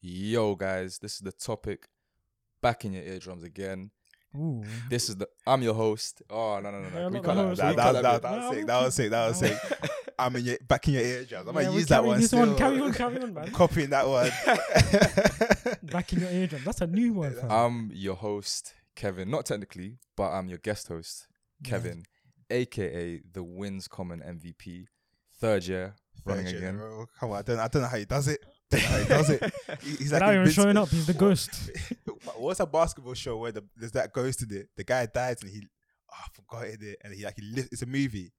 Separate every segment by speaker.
Speaker 1: Yo, guys, this is the topic. Back in your eardrums again.
Speaker 2: Ooh.
Speaker 1: This is the. I'm your host. Oh no no no
Speaker 2: Yeah,
Speaker 1: no.
Speaker 2: I'm
Speaker 1: We can't
Speaker 2: not the
Speaker 1: have
Speaker 2: host.
Speaker 1: that.
Speaker 2: We
Speaker 3: That,
Speaker 1: That- that-
Speaker 3: that, that, that was sick. That was sick. That was sick. I'm in your, back in your eardrums. I might
Speaker 2: Yeah, we
Speaker 3: use that
Speaker 2: carry
Speaker 3: one.
Speaker 2: This
Speaker 3: still.
Speaker 2: one, carry on, carry on, man.
Speaker 3: Copying that one.
Speaker 2: Back in your eardrums. That's a new one, fam.
Speaker 3: Um,
Speaker 1: I'm your host, Kevin. Not technically, but I'm your guest host,
Speaker 2: Yeah.
Speaker 1: Kevin, aka the Wins Common MVP, third year running
Speaker 3: Virgin,
Speaker 1: again.
Speaker 3: bro. Come on, I don't, I don't know how he does it. I don't know how he does it. He- He's like
Speaker 2: now you're
Speaker 3: invinci-
Speaker 2: showing up. He's the
Speaker 3: What-
Speaker 2: ghost.
Speaker 3: What's a basketball show where the, there's that ghost in it? The guy dies and he, oh, I forgot it, and he like he lives. It's a movie.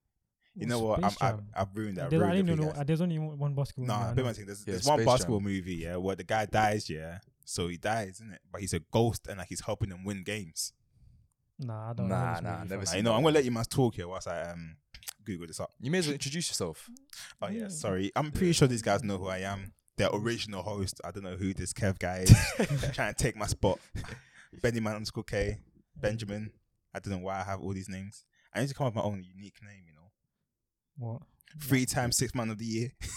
Speaker 3: You know what? I'm,
Speaker 2: Space
Speaker 3: I'm,
Speaker 2: Jam.
Speaker 3: I've ruined that.
Speaker 2: There- I
Speaker 3: ruined it
Speaker 2: didn't
Speaker 3: for you
Speaker 2: know.
Speaker 3: guys.
Speaker 2: There's only one one basketball.
Speaker 3: No,
Speaker 2: man,
Speaker 3: I've
Speaker 2: I
Speaker 3: been
Speaker 2: know.
Speaker 3: watching. There's,
Speaker 1: Yeah,
Speaker 3: there's one
Speaker 1: Space
Speaker 3: basketball
Speaker 1: Jam.
Speaker 3: movie, yeah, where the guy dies, yeah. So he dies, isn't it? But he's a ghost and like he's helping them win games.
Speaker 2: Nah, I don't
Speaker 1: Nah,
Speaker 2: know. this
Speaker 1: nah, never
Speaker 2: movie, fam.
Speaker 1: seen
Speaker 3: Like, you know, I'm gonna let you man talk here whilst I um Google this up.
Speaker 1: You may as well introduce yourself.
Speaker 3: Oh yeah,
Speaker 2: Yeah.
Speaker 3: sorry. I'm pretty
Speaker 1: Yeah.
Speaker 3: sure these guys know who I am. Their original host. I don't know who this Kev guy is. trying to take my spot. Benny man underscore K. Benjamin. I don't know why I have all these names. I need to come up with my own unique name, you know.
Speaker 2: What?
Speaker 3: Three times six man of the year.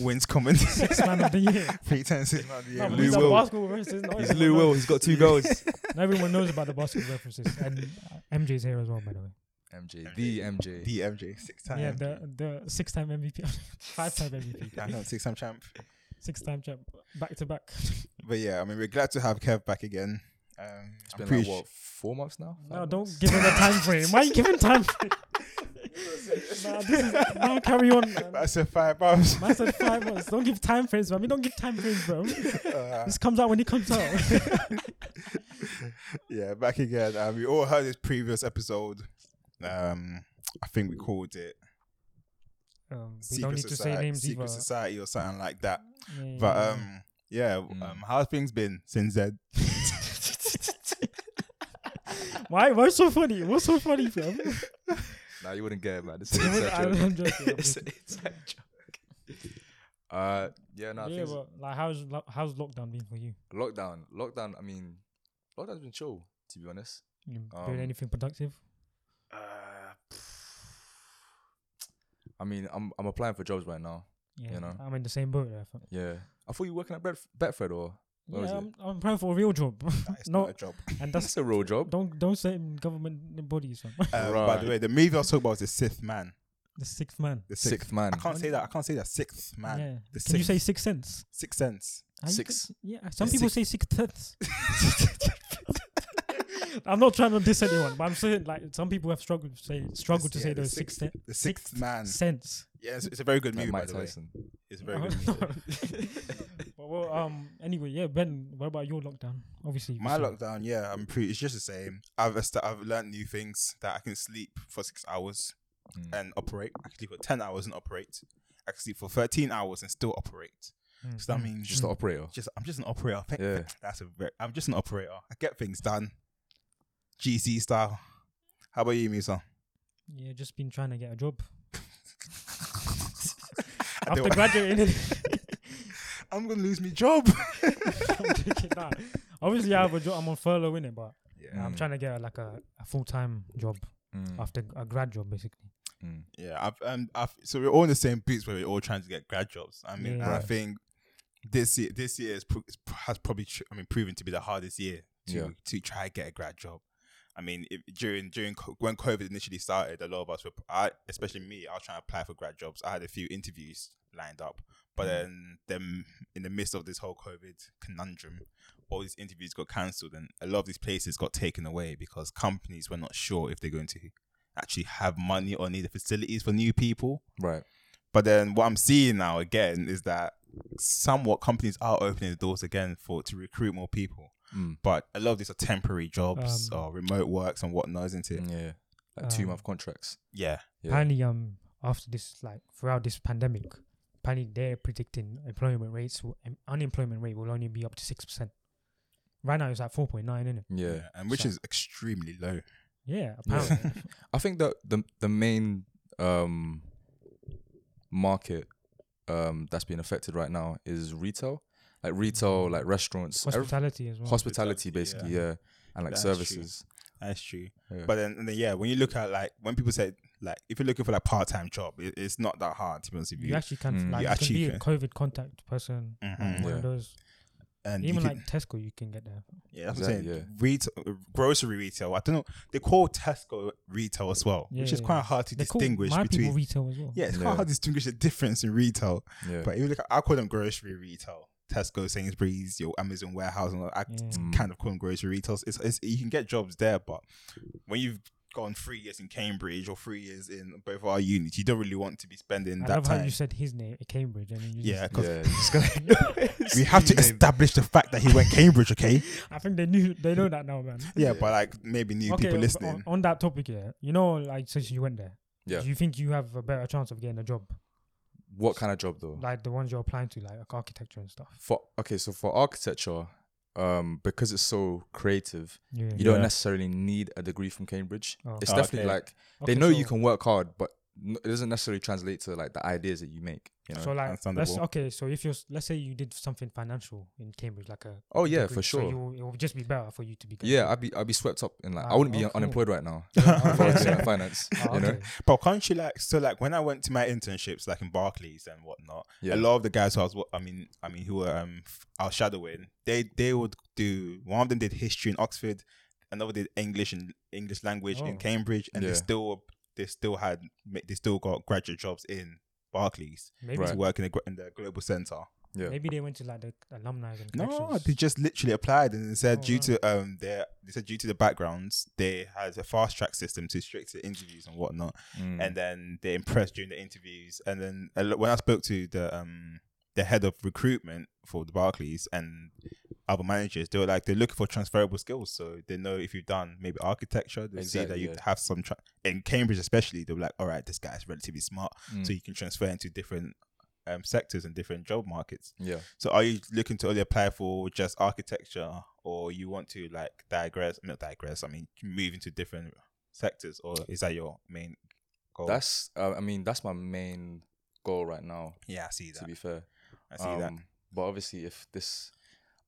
Speaker 3: Wins coming.
Speaker 2: Six man of the year.
Speaker 3: Three times six man of the year.
Speaker 2: No, but
Speaker 3: Lou
Speaker 2: these are
Speaker 3: Will.
Speaker 2: basketball references. Not
Speaker 1: He's
Speaker 2: everyone
Speaker 1: Lou
Speaker 2: knows.
Speaker 1: Will. He's got two goals.
Speaker 2: Not everyone knows about the basketball references. And uh, MJ's here as well, by the way.
Speaker 1: MJ, the MJ.
Speaker 3: DMJ. Six times.
Speaker 2: Yeah, the the six time MVP, five time
Speaker 3: I
Speaker 2: MVP,
Speaker 3: know, six time champ.
Speaker 2: six time champ, back to back.
Speaker 3: But yeah, I mean, we're glad to have Kev back again. Um,
Speaker 1: It's
Speaker 3: I'm
Speaker 1: been
Speaker 3: pretty
Speaker 1: like
Speaker 3: sure.
Speaker 1: what four months now.
Speaker 2: No,
Speaker 1: Five
Speaker 2: don't
Speaker 1: months?
Speaker 2: give him a time frame. Why are you giving time frame? nah, this is, nah, carry on. Man.
Speaker 3: That's a five bombs.
Speaker 2: Man said five months. Don't give time frames, man. We don't give time frames, bro.
Speaker 3: Uh,
Speaker 2: This comes out when it comes out.
Speaker 3: yeah, back again. Uh, we all heard this previous episode. Um, I think we called it
Speaker 2: Um, we
Speaker 3: Secret
Speaker 2: don't need to
Speaker 3: Society,
Speaker 2: say names
Speaker 3: Secret
Speaker 2: either. Mm.
Speaker 3: Society or something like that.
Speaker 2: Yeah, yeah,
Speaker 3: But
Speaker 2: yeah.
Speaker 3: um, yeah,
Speaker 1: Mm.
Speaker 3: um, how's things been since then?
Speaker 2: why? What's so funny? What's so funny, bro?
Speaker 1: Nah, you wouldn't get it, man. This is an inside joke.
Speaker 2: I'm joking. I'm
Speaker 1: It's
Speaker 2: joking.
Speaker 1: an inside joke. Uh, yeah, no,
Speaker 2: Yeah,
Speaker 1: things,
Speaker 2: but like, how's lo- how's lockdown been for you?
Speaker 1: lockdown, lockdown. I mean, lockdown's been chill, to be honest.
Speaker 2: You
Speaker 1: Um,
Speaker 2: doing anything productive?
Speaker 1: I mean, I'm I'm applying for jobs right now.
Speaker 2: Yeah,
Speaker 1: know.
Speaker 2: I'm in the same boat. There, fam.
Speaker 1: Yeah, I thought you were working at Bedf- Bedford, or What was
Speaker 2: yeah,
Speaker 1: it?
Speaker 2: I'm, I'm applying for a real job,
Speaker 3: That is
Speaker 2: No.
Speaker 3: not a job.
Speaker 2: and that's
Speaker 1: that's a real job.
Speaker 2: don't don't say in government bodies, fam.
Speaker 3: Um, By
Speaker 1: Right.
Speaker 3: the way, the movie I was talking about was the sixth man.
Speaker 2: the sixth man.
Speaker 3: The
Speaker 1: Sixth,
Speaker 3: sixth.
Speaker 1: man.
Speaker 3: I can't say that. I can't say that. Sixth man.
Speaker 2: yeah.
Speaker 3: The
Speaker 2: Can you
Speaker 3: sixth.
Speaker 2: say six cents?
Speaker 3: Sixth sense.
Speaker 2: How you
Speaker 1: Six.
Speaker 2: get- yeah, some
Speaker 3: Yeah,
Speaker 2: people
Speaker 3: six.
Speaker 2: say six tenths. I'm not trying to diss anyone, but I'm saying like some people have struggled to say struggle to
Speaker 3: Yeah,
Speaker 2: say
Speaker 3: the
Speaker 2: those six
Speaker 3: sixth-
Speaker 2: ten-
Speaker 3: The sixth, man.
Speaker 2: cents.
Speaker 3: Yeah, it's, it's a very good
Speaker 1: Like
Speaker 3: movie. by
Speaker 1: Mike
Speaker 3: the way,
Speaker 1: Tyson.
Speaker 3: it's a very
Speaker 2: Oh,
Speaker 3: good movie.
Speaker 2: but, well, um. Anyway, yeah, Ben. What about your lockdown? Obviously, you
Speaker 3: My
Speaker 2: said-
Speaker 3: lockdown, yeah, I'm pretty. It's just the same. I've est- I've learned new things that I can sleep for six hours
Speaker 1: Mm.
Speaker 3: and operate. I can sleep for ten hours and operate. I can sleep for thirteen hours and still operate.
Speaker 2: Mm,
Speaker 3: So that
Speaker 2: mm.
Speaker 3: means
Speaker 1: Just
Speaker 3: just,
Speaker 1: the operator.
Speaker 3: just I'm just an operator. Thank-
Speaker 1: Yeah.
Speaker 3: That's a very, I'm just an operator. I get things done, GC style. How about you, Musa?
Speaker 2: Yeah, just been trying to get a job
Speaker 3: I
Speaker 2: after
Speaker 3: don't-
Speaker 2: graduating.
Speaker 3: I'm gonna lose my job.
Speaker 2: I'm joking, nah. Obviously, I have a job. I'm on furlough in it, but
Speaker 3: Yeah.
Speaker 2: I'm
Speaker 1: Mm.
Speaker 2: trying to get like a, a full time job
Speaker 1: Mm,
Speaker 2: after a grad job, basically.
Speaker 1: mm.
Speaker 3: Yeah, I've, um, I've, so we're all in the same boots where we're all trying to get grad jobs. I mean,
Speaker 2: Yeah.
Speaker 3: and I
Speaker 1: Right.
Speaker 3: think this year, this year is, pro- is pro- has probably, tr- I mean, proven to be the hardest year to
Speaker 1: Yeah.
Speaker 3: to try and get a grad job. I mean, if, during during co- when COVID initially started, a lot of us were, I, especially me, I was trying to apply for grad jobs. I had a few interviews lined up, but
Speaker 1: Mm.
Speaker 3: then them in the midst of this whole COVID conundrum, all these interviews got cancelled, and a lot of these places got taken away because companies were not sure if they're going to actually have money or need the facilities for new people.
Speaker 1: Right.
Speaker 3: But then what I'm seeing now again is that somewhat companies are opening the doors again for to recruit more people.
Speaker 1: Mm.
Speaker 3: But a lot of these are temporary jobs
Speaker 2: Um,
Speaker 3: or remote works and whatnot, isn't it?
Speaker 1: Yeah. Like
Speaker 2: Um,
Speaker 1: two month contracts.
Speaker 3: Yeah.
Speaker 1: Yeah.
Speaker 2: Apparently, um, after this, like throughout this pandemic, apparently they're predicting employment rates, will, um, unemployment rate will only be up to six percent. Right now, it's at four point nine, isn't it?
Speaker 1: Yeah.
Speaker 3: And which
Speaker 2: So-
Speaker 3: is extremely low.
Speaker 2: Yeah, apparently.
Speaker 1: I think that the the main um market um that's being affected right now is retail, like
Speaker 3: Mm-hmm.
Speaker 1: retail, like restaurants, everyth-
Speaker 2: Hospitality as well.
Speaker 1: hospitality,
Speaker 3: Hospitality,
Speaker 1: basically, yeah,
Speaker 2: yeah.
Speaker 1: and like
Speaker 3: That's true.
Speaker 1: services.
Speaker 3: That's true.
Speaker 1: Yeah.
Speaker 3: But then, and then yeah, when you look at like when people say like if you're looking for like part time job, it, it's not that hard to be honest with
Speaker 2: you,
Speaker 3: you.
Speaker 2: actually can
Speaker 1: Mm.
Speaker 2: like
Speaker 3: You
Speaker 2: you can be
Speaker 3: actually
Speaker 2: a COVID contact person, like
Speaker 3: Mhm.
Speaker 2: one of
Speaker 1: Yeah.
Speaker 2: those.
Speaker 3: and you
Speaker 2: Even
Speaker 3: could-
Speaker 2: like Tesco, you can get there.
Speaker 3: yeah, that's what I'm
Speaker 1: Exactly,
Speaker 3: saying. Retail, grocery retail. I don't know. They call Tesco retail as well,
Speaker 2: Yeah,
Speaker 3: which is
Speaker 2: yeah,
Speaker 3: quite
Speaker 2: yeah.
Speaker 3: hard to
Speaker 2: They call
Speaker 3: distinguish
Speaker 2: my
Speaker 3: between.
Speaker 2: people retail as well.
Speaker 3: yeah, it's
Speaker 1: Yeah.
Speaker 3: quite hard to distinguish the difference in retail.
Speaker 1: yeah.
Speaker 3: But if you look, at, I call them grocery retail. Tesco, Sainsbury's, your Amazon warehouse, and all that. I
Speaker 2: Yeah.
Speaker 1: Mm.
Speaker 3: kind of call them grocery retail. It's, it's you can get jobs there, but when you've gone three years in Cambridge or three years in both our units, you don't really want to be spending
Speaker 2: I
Speaker 3: that
Speaker 2: love how
Speaker 3: time.
Speaker 2: you said his name, at Cambridge, and then you
Speaker 3: yeah,
Speaker 2: just,
Speaker 3: 'cause
Speaker 1: Yeah.
Speaker 3: it's gonna- we have to establish the fact that he went Cambridge, okay?
Speaker 2: I think they knew they know that now, man.
Speaker 3: Yeah, but like maybe new
Speaker 2: okay,
Speaker 3: people
Speaker 2: on-
Speaker 3: listening.
Speaker 2: On, on that topic, yeah, you know, like since you went there,
Speaker 1: Yeah.
Speaker 2: do you think you have a better chance of getting a job,
Speaker 1: What kind of job though?
Speaker 2: like the ones you're applying to, like architecture and stuff?
Speaker 1: for okay, so for architecture, um, because it's so creative,
Speaker 2: Yeah,
Speaker 1: you don't
Speaker 3: Yeah.
Speaker 1: necessarily need a degree from Cambridge.
Speaker 2: Oh.
Speaker 1: It's
Speaker 3: Oh,
Speaker 1: definitely
Speaker 3: okay.
Speaker 1: like they
Speaker 2: Okay,
Speaker 1: know you
Speaker 2: so-
Speaker 1: can work hard, but n- it doesn't necessarily translate to like the ideas that you make. You know?
Speaker 2: So like, that's
Speaker 3: understandable.
Speaker 2: okay. So if you're, s- let's say you did something financial in Cambridge, like a
Speaker 1: oh yeah,
Speaker 2: degree,
Speaker 1: for
Speaker 2: so
Speaker 1: sure.
Speaker 2: you'll- it will just be better for you to be. going
Speaker 1: yeah,
Speaker 2: to-
Speaker 1: I'd be I'd be swept up in like I
Speaker 2: Ah,
Speaker 1: wouldn't be
Speaker 2: oh, cool.
Speaker 1: unemployed right now.
Speaker 2: Yeah,
Speaker 1: if I was
Speaker 2: okay.
Speaker 1: doing finance,
Speaker 2: Oh,
Speaker 1: you know.
Speaker 2: okay.
Speaker 3: But can't you like so like when I went to my internships like in Barclays and whatnot,
Speaker 1: Yeah.
Speaker 3: a lot of the guys who I was wa- I mean I mean who were um f- I was shadowing, they they would do one of them did history in Oxford, another did English and English language in
Speaker 2: Oh.
Speaker 3: Cambridge, and
Speaker 1: Yeah.
Speaker 3: they still they still had ma- they still got graduate jobs in Barclays
Speaker 2: Maybe,
Speaker 1: Right.
Speaker 3: to work in the, gr- in the global center.
Speaker 1: Yeah.
Speaker 2: maybe they went to like the alumni and
Speaker 3: No,
Speaker 2: connections.
Speaker 3: they just literally applied and it said
Speaker 2: Oh,
Speaker 3: due
Speaker 2: wow.
Speaker 3: to um their they said due to the backgrounds they had a fast track system to stricter interviews and whatnot.
Speaker 1: Mm.
Speaker 3: and then they impressed during the interviews. And then a lo- when I spoke to the um the head of recruitment for the Barclays and other managers, they were like they're looking for transferable skills, so they know if you've done maybe architecture, they see that
Speaker 1: Exactly,
Speaker 3: you
Speaker 1: yeah.
Speaker 3: have some. Tra- in Cambridge, especially, they were like, all right, this guy's relatively smart,
Speaker 1: Mm.
Speaker 3: so you can transfer into different. Um, sectors and different job markets.
Speaker 1: yeah.
Speaker 3: So, are you looking to only apply for just architecture, or you want to like digress? Not digress. I mean, move into different sectors, or is that your main goal?
Speaker 1: That's uh, I mean that's my main goal right now.
Speaker 3: Yeah, I see that.
Speaker 1: To be fair,
Speaker 3: I see that.
Speaker 1: Um, But obviously, if this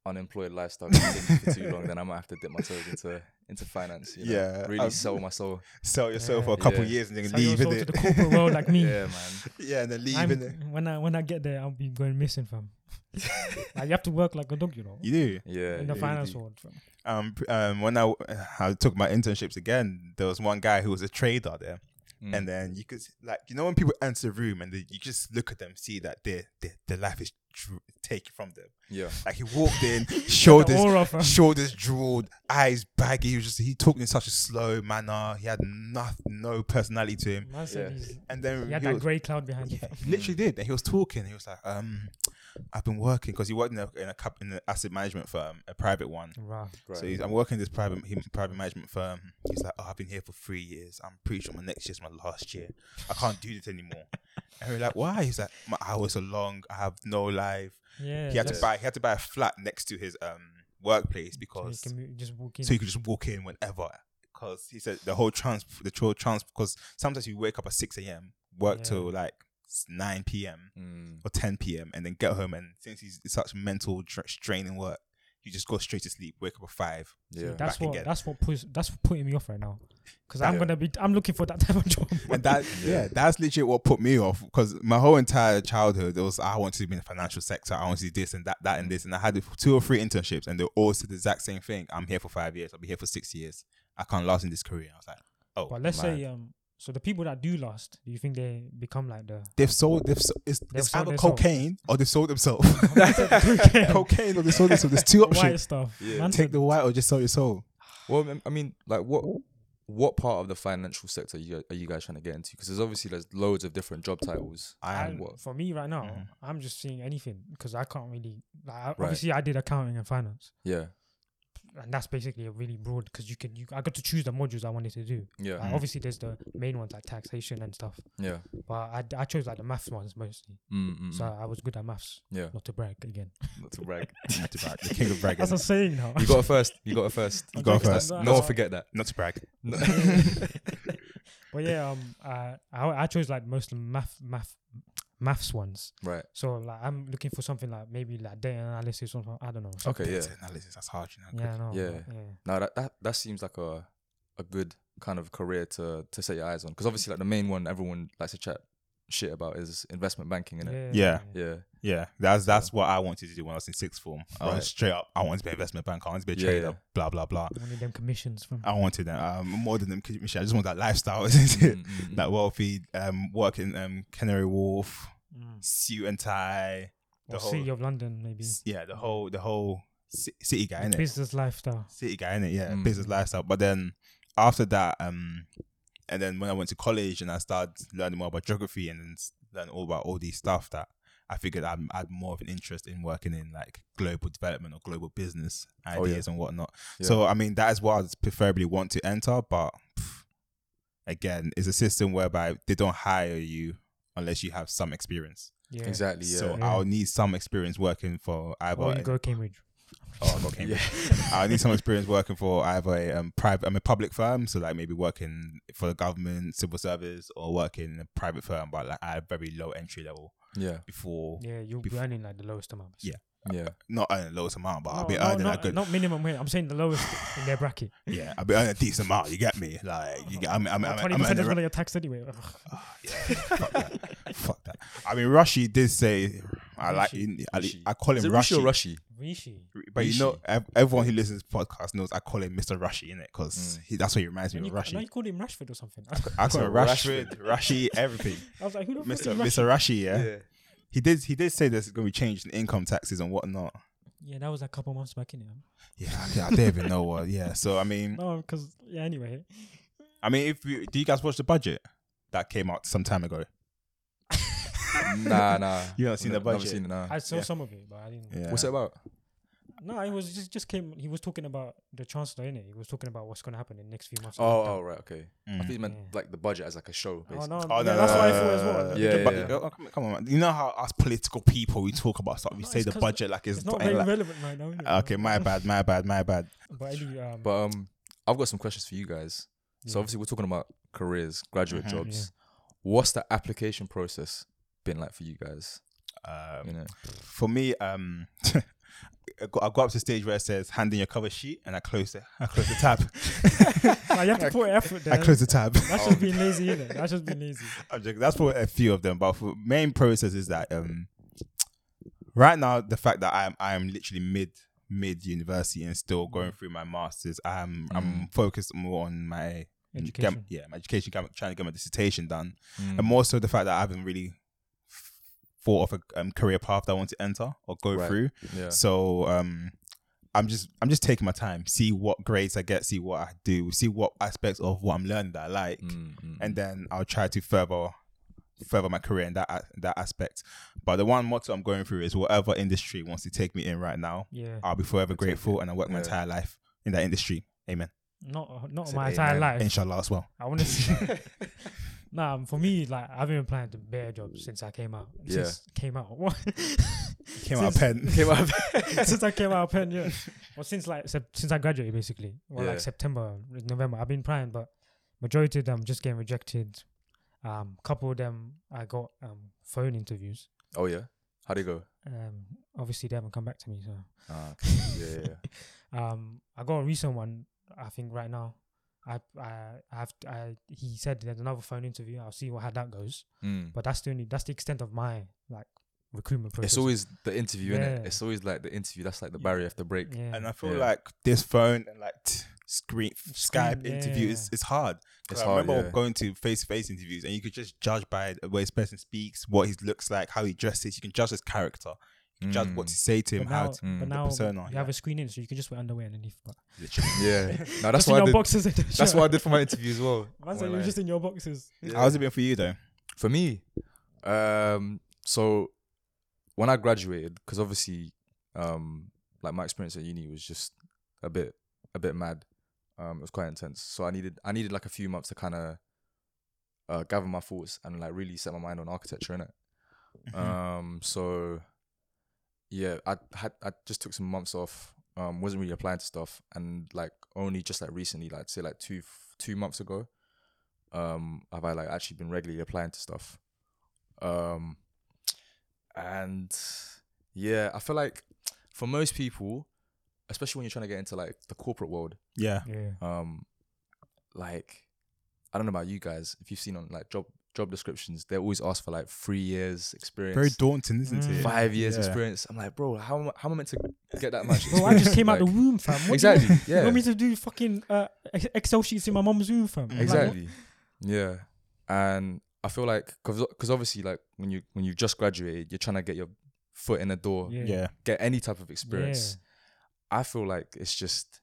Speaker 1: unemployed lifestyle continues for too long, then I might have to dip my toes into into finance. You know?
Speaker 3: Yeah,
Speaker 1: really
Speaker 3: um,
Speaker 1: sell my soul.
Speaker 3: Sell yourself
Speaker 2: Yeah.
Speaker 3: for a couple
Speaker 1: Yeah.
Speaker 3: years and then
Speaker 2: Sell
Speaker 3: leave
Speaker 2: yourself
Speaker 3: it.
Speaker 2: to the corporate world like me.
Speaker 1: Yeah, man.
Speaker 3: yeah, and then leave
Speaker 2: I'm-
Speaker 3: it.
Speaker 2: when I when I get there, I'll be going missing, fam. like you have to work like a dog, you know,
Speaker 3: You do.
Speaker 1: Yeah.
Speaker 2: in the
Speaker 1: yeah.
Speaker 2: finance
Speaker 1: Really.
Speaker 2: world. Fam.
Speaker 3: Um, pr- um, when I w- I took my internships again, there was one guy who was a trader there,
Speaker 1: Mm.
Speaker 3: and then you could s- like you know when people enter a room and they, you just look at them, see that their their, their life is dr- taken from them.
Speaker 1: yeah,
Speaker 3: Like he walked in,
Speaker 1: Oh,
Speaker 2: The
Speaker 3: shoulders
Speaker 2: aura, fam.
Speaker 3: shoulders drooled, eyes baggy. He was just he talked in such a slow manner. He had no no personality to him.
Speaker 2: Man said
Speaker 1: Yeah.
Speaker 2: he's-
Speaker 3: And then
Speaker 2: he had
Speaker 3: he
Speaker 2: that
Speaker 3: was-
Speaker 2: grey cloud behind him.
Speaker 3: Yeah, he literally did. And he was talking. He was like, um, I've been working because he worked in a, in a cap- in an asset management firm, a private one.
Speaker 2: Right.
Speaker 1: right.
Speaker 3: So he's, I'm working in this private him- private management firm. He's like, oh, I've been here for three years. I'm pretty sure my next year's my last year. I can't do this anymore. and we're like, why? He's like, my hours are long. I have no life.
Speaker 2: Yeah.
Speaker 3: He had to
Speaker 2: just-
Speaker 3: buy. He had to buy a flat next to his um workplace
Speaker 2: so he
Speaker 3: because
Speaker 2: can mo- just walk in.
Speaker 3: so you could just walk in whenever. Because he said the whole trans, the whole trans, because sometimes you wake up at six a.m., work
Speaker 2: Yeah.
Speaker 3: till like s- nine p.m.
Speaker 1: Mm.
Speaker 3: or ten p.m., and then get home. And since he's it's such mental dr- strain in work, you just go straight to sleep. Wake up at five.
Speaker 1: Yeah.
Speaker 2: that's
Speaker 3: back
Speaker 2: what
Speaker 3: again.
Speaker 2: that's what puts that's what putting me off right now because I'm
Speaker 3: Yeah.
Speaker 2: gonna be I'm looking for that type of job.
Speaker 3: And that, yeah. that's literally what put me off. Because my whole entire childhood, it was I wanted to be in the financial sector. I wanted to do this and that, that
Speaker 2: Mm.
Speaker 3: and this. And I had two or three internships, and they all said the exact same thing. I'm here for five years. I'll be here for six years. I can't last in this career. I was like, oh,
Speaker 2: But let's
Speaker 3: man.
Speaker 2: say um, so the people that do last, do you think they become like the
Speaker 3: They've sold. They've sold. It's,
Speaker 2: They've
Speaker 3: it's
Speaker 2: sold
Speaker 3: either
Speaker 2: themselves.
Speaker 3: cocaine or they've sold themselves.
Speaker 2: cocaine,
Speaker 3: cocaine or they sold themselves. There's two
Speaker 2: white
Speaker 3: options:
Speaker 2: stuff?
Speaker 1: Yeah.
Speaker 2: Man
Speaker 3: take
Speaker 2: said-
Speaker 3: the white or just sell your soul.
Speaker 1: Well, I- I mean, like what what part of the financial sector are you, are you guys trying to get into? Because there's obviously there's loads of different job titles.
Speaker 3: I
Speaker 2: I-
Speaker 3: am.
Speaker 1: what-
Speaker 2: for me right now,
Speaker 3: Mhm.
Speaker 2: I'm just seeing anything because I can't really. Like, I-
Speaker 1: Right.
Speaker 2: Obviously, I did accounting and finance,
Speaker 1: Yeah,
Speaker 2: and that's basically a really broad because you can. You, I got to choose the modules I wanted to do.
Speaker 1: yeah,
Speaker 3: Mm.
Speaker 2: Like, obviously, there's the main ones like taxation and stuff,
Speaker 1: yeah.
Speaker 2: but I, I chose like the maths ones mostly.
Speaker 1: Mm, mm,
Speaker 2: So
Speaker 1: mm.
Speaker 2: I was good at maths.
Speaker 1: Yeah.
Speaker 2: Not to brag again.
Speaker 1: Not to brag.
Speaker 3: Not to brag. The king of bragging.
Speaker 2: That's a saying now.
Speaker 1: You got a first. You got a first.
Speaker 3: You go
Speaker 2: That's-
Speaker 3: first.
Speaker 2: that's-
Speaker 1: No one forget that.
Speaker 3: Not to brag.
Speaker 1: No.
Speaker 2: but yeah, um, uh, I I chose like most math math maths ones.
Speaker 1: right.
Speaker 2: So like I'm looking for something like maybe like data analysis or something. I don't know.
Speaker 1: Okay. Yeah.
Speaker 3: Data analysis. That's hard. You know.
Speaker 2: Yeah, I know.
Speaker 1: Yeah.
Speaker 2: but yeah.
Speaker 1: Now that, that that seems like a a good kind of career to to set your eyes on because obviously like the main one everyone likes to chat shit about is investment banking, innit?
Speaker 3: Yeah.
Speaker 1: Yeah. yeah.
Speaker 3: Yeah, that's that's what I wanted to do when I was in sixth form. I
Speaker 1: Right.
Speaker 3: was straight up. I wanted to be an investment banker. I wanted to be a
Speaker 1: Yeah,
Speaker 3: trader.
Speaker 1: yeah.
Speaker 3: Blah blah blah.
Speaker 2: One of them commissions from.
Speaker 3: I wanted that um, more than them. kid- shit, I just want that lifestyle, isn't it?
Speaker 1: Mm, mm, mm.
Speaker 3: That wealthy, um, work in um, Canary Wharf,
Speaker 2: Mm.
Speaker 3: suit and tie. The
Speaker 2: Or
Speaker 3: whole,
Speaker 2: City of London, maybe.
Speaker 3: s- yeah, the whole the whole ci- city guy in it.
Speaker 2: Business lifestyle.
Speaker 3: City guy in it. Yeah,
Speaker 1: Mm.
Speaker 3: business lifestyle. But then after that, um, and then when I went to college and I started learning more about geography and then s- learning all about all these stuff that. I figured i I had more of an interest in working in like global development or global business
Speaker 1: Oh, yeah.
Speaker 3: ideas and whatnot.
Speaker 1: Yeah.
Speaker 3: So I mean, that is what I would preferably want to enter, but pff, again, it's a system whereby they don't hire you unless you have some experience.
Speaker 2: Yeah.
Speaker 1: Exactly. Yeah.
Speaker 3: So
Speaker 2: Yeah.
Speaker 3: I'll need some experience working for either.
Speaker 2: Or you go Cambridge.
Speaker 3: Oh, I'll go Cambridge. I need some experience working for either a um, private, I mean, public firm, so like maybe working for the government, civil service, or working in a private firm, but like at a very low entry level
Speaker 1: yeah.
Speaker 3: before
Speaker 2: Yeah, you'll be
Speaker 3: Bef-
Speaker 2: earning like the lowest amount.
Speaker 3: Yeah,
Speaker 1: Yeah.
Speaker 3: not earning a lowest amount, but I'll be
Speaker 2: No,
Speaker 3: earning
Speaker 2: no,
Speaker 3: a
Speaker 2: not,
Speaker 3: good,
Speaker 2: not minimum wage. I'm saying the lowest in their bracket.
Speaker 3: yeah, I'll be earning a decent amount. You get me? Like, you get, I'm, I'm, I'm,
Speaker 2: Twenty
Speaker 3: I'm
Speaker 2: percent
Speaker 3: earning
Speaker 2: is
Speaker 3: a-
Speaker 2: one of your tax anyway. Ugh.
Speaker 3: fuck that. Fuck that. I mean, Rashi did say, I like,
Speaker 2: Rishi.
Speaker 3: I, I call him
Speaker 1: Is it Rishi
Speaker 3: Rashi.
Speaker 1: or Rushy?
Speaker 2: Rishi.
Speaker 3: But you know,
Speaker 1: Rishi?
Speaker 3: ev- everyone who listens to this podcast knows I call him Mr. Rashi, innit? Because
Speaker 1: Mm.
Speaker 3: that's what he reminds me
Speaker 2: And
Speaker 3: of,
Speaker 2: you, ca- no,
Speaker 3: Rashi.
Speaker 2: you called him Rashford or something. I,
Speaker 3: I call him Rashford,
Speaker 1: Rashford.
Speaker 3: Rashi, everything.
Speaker 2: was like, who the fuck is
Speaker 3: Mr.
Speaker 2: Rashford?
Speaker 3: Mr. Rashi, yeah? He did he did say there's gonna be change in income taxes and whatnot.
Speaker 2: Yeah, that was a couple months back in it.
Speaker 3: Yeah, I, I don't even know what. Yeah, so I mean,
Speaker 2: No, because yeah. Anyway,
Speaker 3: I mean, if you, do you guys watch the budget that came out some time ago?
Speaker 1: Nah, nah.
Speaker 3: You haven't seen
Speaker 1: No-
Speaker 3: the
Speaker 1: Never
Speaker 3: budget?
Speaker 1: seen it. Nah.
Speaker 2: I saw
Speaker 3: Ah, Yeah.
Speaker 2: some of it, but I didn't.
Speaker 3: Yeah,
Speaker 1: What's it about?
Speaker 2: No, it was just just came. He was talking about the chancellor, innit? He was talking about what's gonna happen in the next few months.
Speaker 1: Oh, oh, right, okay. I
Speaker 3: Mm.
Speaker 1: think you meant
Speaker 2: Yeah.
Speaker 1: like the budget as like a show.
Speaker 2: Oh,
Speaker 1: Basically.
Speaker 2: no,
Speaker 3: Oh,
Speaker 2: yeah,
Speaker 3: no,
Speaker 2: that's
Speaker 3: no,
Speaker 2: what I
Speaker 3: no,
Speaker 2: thought as
Speaker 3: no,
Speaker 2: well.
Speaker 3: no,
Speaker 2: The-
Speaker 1: Yeah,
Speaker 2: the
Speaker 3: The bu-
Speaker 2: budget-
Speaker 1: yeah.
Speaker 3: oh, come, on- come on, man. You know how us political people we talk about stuff. We
Speaker 2: No,
Speaker 3: say
Speaker 2: it's
Speaker 3: the
Speaker 2: 'cause
Speaker 3: budget like it's,
Speaker 2: It's not
Speaker 3: ain't
Speaker 2: very
Speaker 3: like-
Speaker 2: relevant right now. innit?
Speaker 3: okay, my bad, my bad, my bad.
Speaker 2: But any, um,
Speaker 1: But um, I've got some questions for you guys. So
Speaker 2: Yeah.
Speaker 1: obviously we're talking about careers, graduate
Speaker 3: Mhm.
Speaker 1: jobs. What's the application process been like for you guys?
Speaker 3: Um,
Speaker 1: You know,
Speaker 3: For me, um, I got I got up to the stage where it says hand in your cover sheet, and I close it. I close the tab.
Speaker 2: Like, you have to put effort there.
Speaker 3: I close the tab.
Speaker 2: That's just being lazy, isn't it? That's just being lazy.
Speaker 3: I'm joking. That's for a few of them, but for main process is that um, right now the fact that I'm I am literally mid mid university and still going through my masters. I'm I'm focused more on my
Speaker 2: Education.
Speaker 3: gam- yeah, my education, gam- trying to get my dissertation done,
Speaker 1: Mm.
Speaker 3: and more so the fact that I haven't really f- thought of a um, career path that I want to enter or go
Speaker 1: Right.
Speaker 3: through.
Speaker 1: yeah,
Speaker 3: So um, I'm just I'm just taking my time, see what grades I get, see what I do, see what aspects of what I'm learning that I like,
Speaker 1: Mm, mm,
Speaker 3: and then I'll try to further further my career in that a- that aspect. But the one motto I'm going through is whatever industry wants to take me in right now,
Speaker 2: Yeah.
Speaker 3: I'll be forever
Speaker 1: take
Speaker 3: grateful,
Speaker 1: it.
Speaker 3: and I work my
Speaker 1: Yeah.
Speaker 3: entire life in that industry. Amen.
Speaker 2: Not not
Speaker 1: Said
Speaker 2: my entire
Speaker 1: amen.
Speaker 2: life.
Speaker 3: Inshallah as well.
Speaker 2: I want to see. nah, um, for me, like I've been applying to bare jobs since I came out.
Speaker 1: Yeah.
Speaker 2: Since came out. What?
Speaker 3: Came out of
Speaker 2: Since-
Speaker 3: pen.
Speaker 1: Came out of-
Speaker 2: since I came out of pen, yeah. Well, since like sep- since I graduated, basically, or
Speaker 1: Yeah.
Speaker 2: like September, November, I've been applying, but majority of them just getting rejected. Um, couple of them I got um phone interviews.
Speaker 1: oh yeah, how'd it go?
Speaker 2: Um, obviously they haven't come back to me, so
Speaker 1: Ah, okay. yeah, yeah, yeah.
Speaker 2: Um, I got a recent one. I think right now, I I I have I. He said there's another phone interview. I'll see what how that goes.
Speaker 1: Mm.
Speaker 2: But that's the only that's the extent of my like recruitment process.
Speaker 1: It's always the interview, in
Speaker 2: Yeah.
Speaker 1: it? It's always like the interview. That's like the barrier after break.
Speaker 2: yeah.
Speaker 3: And I feel
Speaker 1: Yeah.
Speaker 3: like this phone and like t- screen, Skype
Speaker 2: yeah.
Speaker 3: interview is, is hard. 'Cause
Speaker 1: It's
Speaker 3: I
Speaker 1: hard,
Speaker 3: remember
Speaker 1: yeah.
Speaker 3: going to face to face interviews and you could just judge by the way this person speaks, what he looks like, how he dresses. You can judge his character, you can judge what
Speaker 1: Mm.
Speaker 3: to say to him,
Speaker 2: but
Speaker 3: how
Speaker 2: now,
Speaker 1: Mm.
Speaker 3: to.
Speaker 1: the
Speaker 2: but now
Speaker 3: persona,
Speaker 2: you
Speaker 3: yeah.
Speaker 2: have a screen in, so you can just wear underwear underneath. But
Speaker 3: Literally.
Speaker 1: Yeah, no,
Speaker 2: that's
Speaker 1: that's
Speaker 2: in
Speaker 1: what I
Speaker 2: your
Speaker 1: did.
Speaker 2: boxes. and shit.
Speaker 1: That's what I did for my interview as well.
Speaker 2: Man said
Speaker 1: Won't
Speaker 2: you were
Speaker 1: lie.
Speaker 2: just in your boxes.
Speaker 3: How's it been for you though?
Speaker 1: For me, um, so when I graduated, because obviously, um, like my experience at uni was just a bit, a bit mad. Um, it was quite intense. So I needed, I needed like a few months to kind of uh, gather my thoughts and like really set my mind on architecture in it.
Speaker 3: Mm-hmm.
Speaker 1: Um, so yeah, I had, I just took some months off. Um, wasn't really applying to stuff, and like only just like recently, like say like two, two months ago, um have I like actually been regularly applying to stuff. Um and yeah, I feel like for most people, especially when you're trying to get into like the corporate world,
Speaker 3: yeah.
Speaker 2: Yeah.
Speaker 1: um like I don't know about you guys, if you've seen on like job job descriptions, they always ask for like three years experience,
Speaker 3: Very daunting, isn't
Speaker 2: Mm.
Speaker 3: it?
Speaker 1: five years
Speaker 3: Yeah.
Speaker 1: experience. I'm like, bro, how am I, how am I meant to get that much?
Speaker 2: Bro, I just came out
Speaker 1: Like,
Speaker 2: the womb, fam. What do you-
Speaker 1: exactly.
Speaker 2: You
Speaker 1: Yeah.
Speaker 2: want me to do fucking uh, ex- Excel sheets in my mom's room, fam? Like,
Speaker 1: exactly yeah and i feel like because obviously like when you when you just graduated you're trying to get your foot in the door
Speaker 2: what-
Speaker 3: Yeah.
Speaker 1: get any type of experience i feel like it's just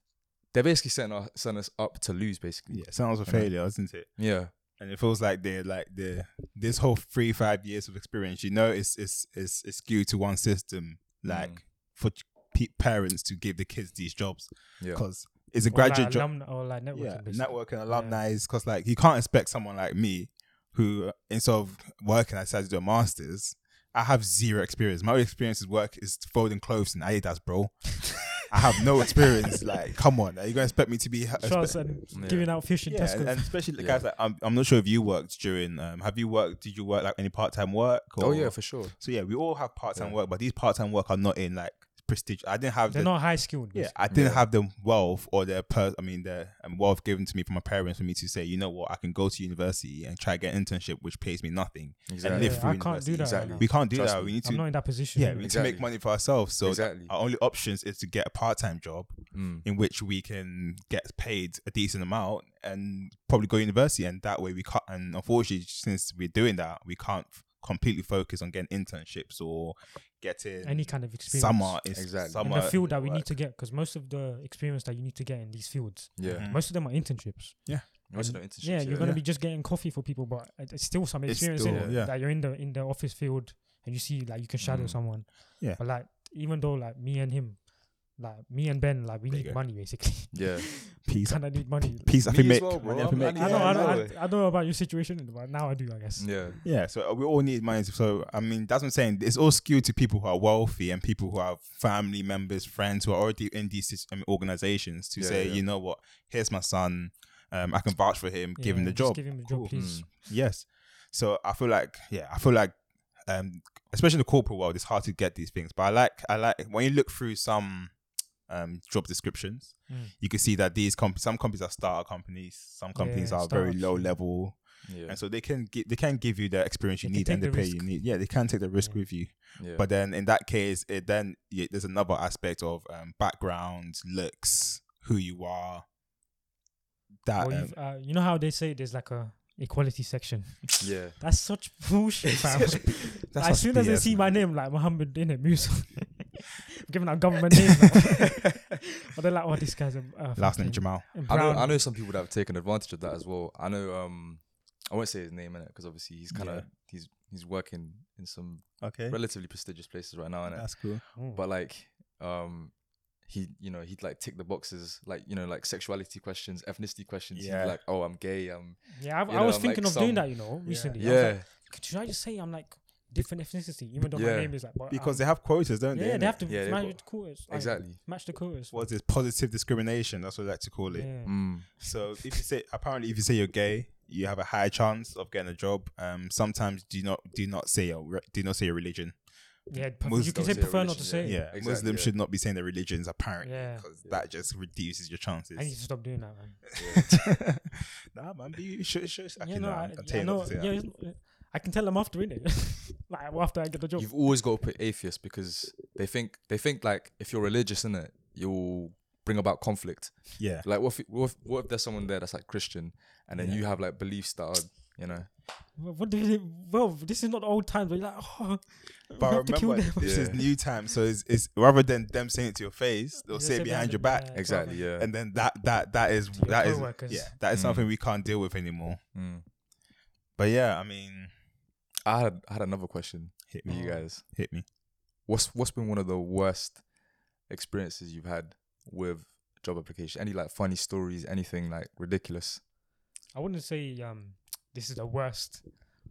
Speaker 1: they're basically setting us, setting us up to lose basically
Speaker 3: Yeah, sounds a
Speaker 1: Yeah.
Speaker 3: failure, isn't it?
Speaker 1: yeah
Speaker 3: And it feels like they're like the this whole three five years of experience. You know, it's it's it's, it's skewed to one system, like
Speaker 1: Mm.
Speaker 3: for ch- pe- parents to give the kids these jobs
Speaker 1: yeah
Speaker 3: because it's a
Speaker 2: Or like
Speaker 3: graduate job.
Speaker 2: alumni Or like networking.
Speaker 3: Yeah,
Speaker 2: basically.
Speaker 3: networking alumni because like you can't expect someone like me who uh, instead of working I decided to do a masters. I have zero experience. My only experience is work is folding clothes and Adidas, bro. I have no experience. like, come on, are you gonna expect me to be?
Speaker 2: Shots
Speaker 3: expect-
Speaker 2: and
Speaker 1: Yeah.
Speaker 2: giving out fish in
Speaker 3: yeah,
Speaker 2: Tesco.
Speaker 3: and, and especially the
Speaker 1: Yeah.
Speaker 3: guys like I'm, I'm not sure if you worked during um have you worked did you work like any part time work or
Speaker 1: oh yeah for sure
Speaker 3: so yeah we all have part time
Speaker 1: Yeah.
Speaker 3: work but these part time work are not in like prestige I didn't have
Speaker 2: They're
Speaker 3: the,
Speaker 2: not high skilled.
Speaker 3: yeah
Speaker 2: basically.
Speaker 3: I didn't
Speaker 1: Yeah.
Speaker 3: have the wealth or their per I mean the um, wealth given to me from my parents for me to say you know what I can go to university and try to get an internship which pays me nothing and
Speaker 1: exactly
Speaker 3: live
Speaker 2: Yeah,
Speaker 3: through
Speaker 2: I can't do
Speaker 3: university.
Speaker 2: that right
Speaker 1: Exactly.
Speaker 2: now.
Speaker 3: we can't do
Speaker 1: Trust
Speaker 3: that
Speaker 1: me.
Speaker 3: we need to
Speaker 2: I'm not in that position.
Speaker 3: yeah
Speaker 2: yet.
Speaker 3: we need to
Speaker 1: Exactly.
Speaker 3: make money for ourselves so
Speaker 1: Exactly.
Speaker 3: our only options is to get a part time job
Speaker 1: Mm.
Speaker 3: in which we can get paid a decent amount and probably go to university and that way we can't and unfortunately since we're doing that we can't f- completely focus on getting internships or getting
Speaker 2: any kind of experience.
Speaker 3: summer is
Speaker 1: Exactly. In the
Speaker 2: in
Speaker 3: summer
Speaker 2: the field that we
Speaker 3: work.
Speaker 2: need to get, because most of the experience that you need to get in these fields,
Speaker 1: yeah
Speaker 3: Mhm.
Speaker 2: most of them are internships.
Speaker 1: You also
Speaker 2: And-
Speaker 1: know internships,
Speaker 2: Yeah, you're gonna be just getting coffee for people, but it- it's still some
Speaker 3: It's
Speaker 2: experience
Speaker 3: still-
Speaker 2: in it.
Speaker 3: yeah.
Speaker 2: That you're in the in the office field and you see like you can shadow
Speaker 1: Mm.
Speaker 2: someone.
Speaker 3: Yeah.
Speaker 2: But like even though like me and him, like me and Ben, like we
Speaker 3: There you
Speaker 2: need
Speaker 3: go.
Speaker 2: money basically.
Speaker 1: yeah
Speaker 3: peace
Speaker 2: kind of need money.
Speaker 3: peace I
Speaker 1: Me
Speaker 3: think
Speaker 1: as
Speaker 3: make,
Speaker 1: well, bro.
Speaker 3: money, I think
Speaker 1: I'm-
Speaker 3: make-
Speaker 1: I
Speaker 2: I know,
Speaker 1: Yeah,
Speaker 2: I know,
Speaker 1: no.
Speaker 2: I, I know about your situation, but now I do, I guess.
Speaker 1: yeah
Speaker 3: yeah so uh, we all need money so I mean that's what I'm saying it's all skewed to people who are wealthy and people who have family members friends who are already in these sys- um, organizations to
Speaker 1: Yeah,
Speaker 3: say
Speaker 1: yeah.
Speaker 3: you know what here's my son um, I can vouch for him give
Speaker 2: Yeah,
Speaker 3: him the
Speaker 2: just
Speaker 3: job
Speaker 2: Give him the job,
Speaker 3: Cool.
Speaker 2: please.
Speaker 1: Mm.
Speaker 3: Yes. So I feel like yeah, I feel like um especially in the corporate world, it's hard to get these things. But I like I like when you look through some um job descriptions,
Speaker 2: Mm.
Speaker 3: you can see that these comp- some companies are startup companies, some companies
Speaker 2: Yeah,
Speaker 3: are very
Speaker 2: startups,
Speaker 3: low
Speaker 2: yeah.
Speaker 3: level.
Speaker 1: yeah
Speaker 3: And so they can gi- they can give you the experience you
Speaker 2: They can
Speaker 3: need and the,
Speaker 2: take the
Speaker 3: pay
Speaker 2: risk.
Speaker 3: you need. Yeah, they can take the risk
Speaker 2: Yeah.
Speaker 3: with you.
Speaker 1: yeah
Speaker 3: But then in that case, it then yeah, there's another aspect of um, background, looks, who you are. That
Speaker 2: Or
Speaker 3: um,
Speaker 2: you've, uh, you know how they say there's like a equality section.
Speaker 1: yeah
Speaker 2: That's such bullshit, fam.
Speaker 3: that's
Speaker 2: as
Speaker 3: such
Speaker 2: soon as they
Speaker 3: BS,
Speaker 2: see
Speaker 3: man.
Speaker 2: my name, like Mohammed in it, Musa, I'm giving out government name. like. but they're like, oh, this guy's a uh,
Speaker 3: last name
Speaker 2: fucking
Speaker 3: Jamal.
Speaker 1: I know,
Speaker 2: Brown.
Speaker 1: I know some people that have taken advantage of that as well. I know um I won't say his name in it because obviously he's kind of
Speaker 3: Yeah.
Speaker 1: he's he's working in some
Speaker 3: Okay.
Speaker 1: relatively prestigious places right now, and
Speaker 3: That's cool.
Speaker 2: Mm.
Speaker 1: but like um he you know he'd like tick the boxes like you know like sexuality questions, ethnicity questions. He'd be
Speaker 3: Yeah.
Speaker 1: like oh I'm gay, I'm
Speaker 2: yeah, I,
Speaker 1: you
Speaker 2: I
Speaker 1: know,
Speaker 2: was
Speaker 1: I'm
Speaker 2: thinking
Speaker 1: like
Speaker 2: of doing
Speaker 1: some-
Speaker 2: that, you know, recently. I was
Speaker 1: yeah
Speaker 2: like, should I just say I'm like different ethnicity, even though my
Speaker 1: Yeah.
Speaker 2: name is like but,
Speaker 3: Because
Speaker 2: um,
Speaker 3: they have quotas, don't they?
Speaker 2: yeah, they have to
Speaker 1: Yeah, they've
Speaker 2: match
Speaker 1: got-
Speaker 2: the quotas. like,
Speaker 1: exactly.
Speaker 2: match the quotas.
Speaker 3: What's this positive discrimination? That's what I like to call
Speaker 2: yeah.
Speaker 3: it.
Speaker 1: Mm.
Speaker 3: So if you say apparently if you say you're gay, you have a high chance of getting a job. Um, sometimes do not do not say your re- do not say your religion.
Speaker 2: Yeah, but
Speaker 3: Muslims
Speaker 2: you can say
Speaker 1: don't say
Speaker 2: prefer not to say.
Speaker 1: religion,
Speaker 2: it.
Speaker 3: Yeah,
Speaker 1: Exactly,
Speaker 3: Muslims
Speaker 1: yeah.
Speaker 3: should not be saying their religions apparently
Speaker 2: Yeah.
Speaker 3: because that just reduces your chances.
Speaker 2: I need to stop doing that, man.
Speaker 3: nah, man, be you should, should actually
Speaker 2: yeah,
Speaker 3: no,
Speaker 1: uh,
Speaker 2: no,
Speaker 3: I'm,
Speaker 2: I,
Speaker 3: I'm
Speaker 2: I
Speaker 3: telling you
Speaker 2: know.
Speaker 3: not to say
Speaker 2: Yeah,
Speaker 3: that.
Speaker 2: it's- I can tell them after innit? like after I get the job.
Speaker 1: You've always got to put atheist because they think they think like if you're religious in it, you'll bring about conflict.
Speaker 3: yeah.
Speaker 1: Like what if, what if, what if there's someone there that's like Christian and then
Speaker 3: Yeah.
Speaker 1: you have like beliefs that are you know
Speaker 2: Well, What do they, well, this is not old times. We're like, oh, we
Speaker 3: But
Speaker 2: have to kill
Speaker 3: remember,
Speaker 2: them.
Speaker 3: this is
Speaker 1: Yeah.
Speaker 3: new time, so it's, it's rather than them saying it to your face, they'll say it behind your back.
Speaker 2: Yeah,
Speaker 1: exactly
Speaker 2: exactly.
Speaker 1: yeah
Speaker 3: and then that that that is
Speaker 2: your
Speaker 3: that is
Speaker 2: coworkers.
Speaker 3: yeah that is
Speaker 1: Mm.
Speaker 3: something we can't deal with anymore.
Speaker 1: Mm.
Speaker 3: But yeah, I mean,
Speaker 1: I had I had another question
Speaker 3: hit
Speaker 1: for
Speaker 3: me,
Speaker 1: you
Speaker 2: Oh.
Speaker 1: guys.
Speaker 3: hit me.
Speaker 1: What's what's been one of the worst experiences you've had with job application? Any like funny stories? Anything like ridiculous?
Speaker 2: I wouldn't say um this is the worst,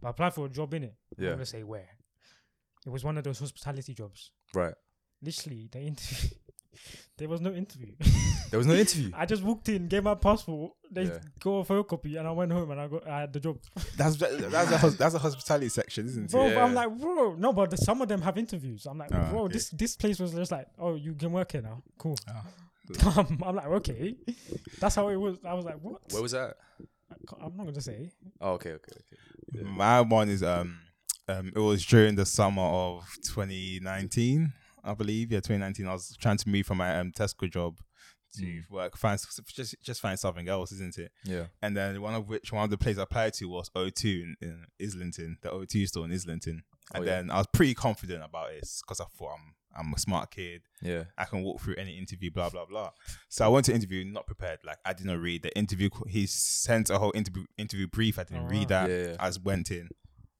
Speaker 2: but I applied for a job in it. I'm
Speaker 1: Yeah,
Speaker 2: gonna say where. It was one of those hospitality jobs.
Speaker 1: right.
Speaker 2: Literally, the interview. there was no interview.
Speaker 1: There was no interview.
Speaker 2: I just walked in, gave my passport, they
Speaker 1: Yeah.
Speaker 2: got a photocopy, and I went home and I got I had the job.
Speaker 3: That's that's a, hos- that's a hospitality section, isn't it?
Speaker 2: Bro, but I'm
Speaker 1: Yeah.
Speaker 2: like, bro, no, but the, some of them have interviews. I'm like,
Speaker 3: Ah,
Speaker 2: bro,
Speaker 3: okay.
Speaker 2: this this place was just like, oh, you can work here now, cool.
Speaker 3: Ah,
Speaker 2: Um, I'm like, okay, that's how it was. I was like, what?
Speaker 1: Where was that?
Speaker 2: I can't- I'm not gonna say.
Speaker 1: Oh, okay, okay, okay.
Speaker 3: My one is um um it was during the summer of 2019, I believe. Yeah, 2019. I was trying to move from my um Tesco job to
Speaker 1: Mm.
Speaker 3: work, find s- just just find something else, isn't it?
Speaker 1: Yeah.
Speaker 3: And then one of which one of the places I applied to was O2 in, in Islington, the O2 store in Islington. And
Speaker 1: Oh, yeah.
Speaker 3: then I was pretty confident about it because I thought I'm I'm a smart kid.
Speaker 1: Yeah.
Speaker 3: I can walk through any interview, blah blah blah. So I went to interview not prepared. Like I did not read the interview. qu- He sent a whole interview interview brief. I didn't
Speaker 2: Oh,
Speaker 3: read
Speaker 1: wow.
Speaker 3: that.
Speaker 1: Ah. Yeah, yeah.
Speaker 3: I just went in.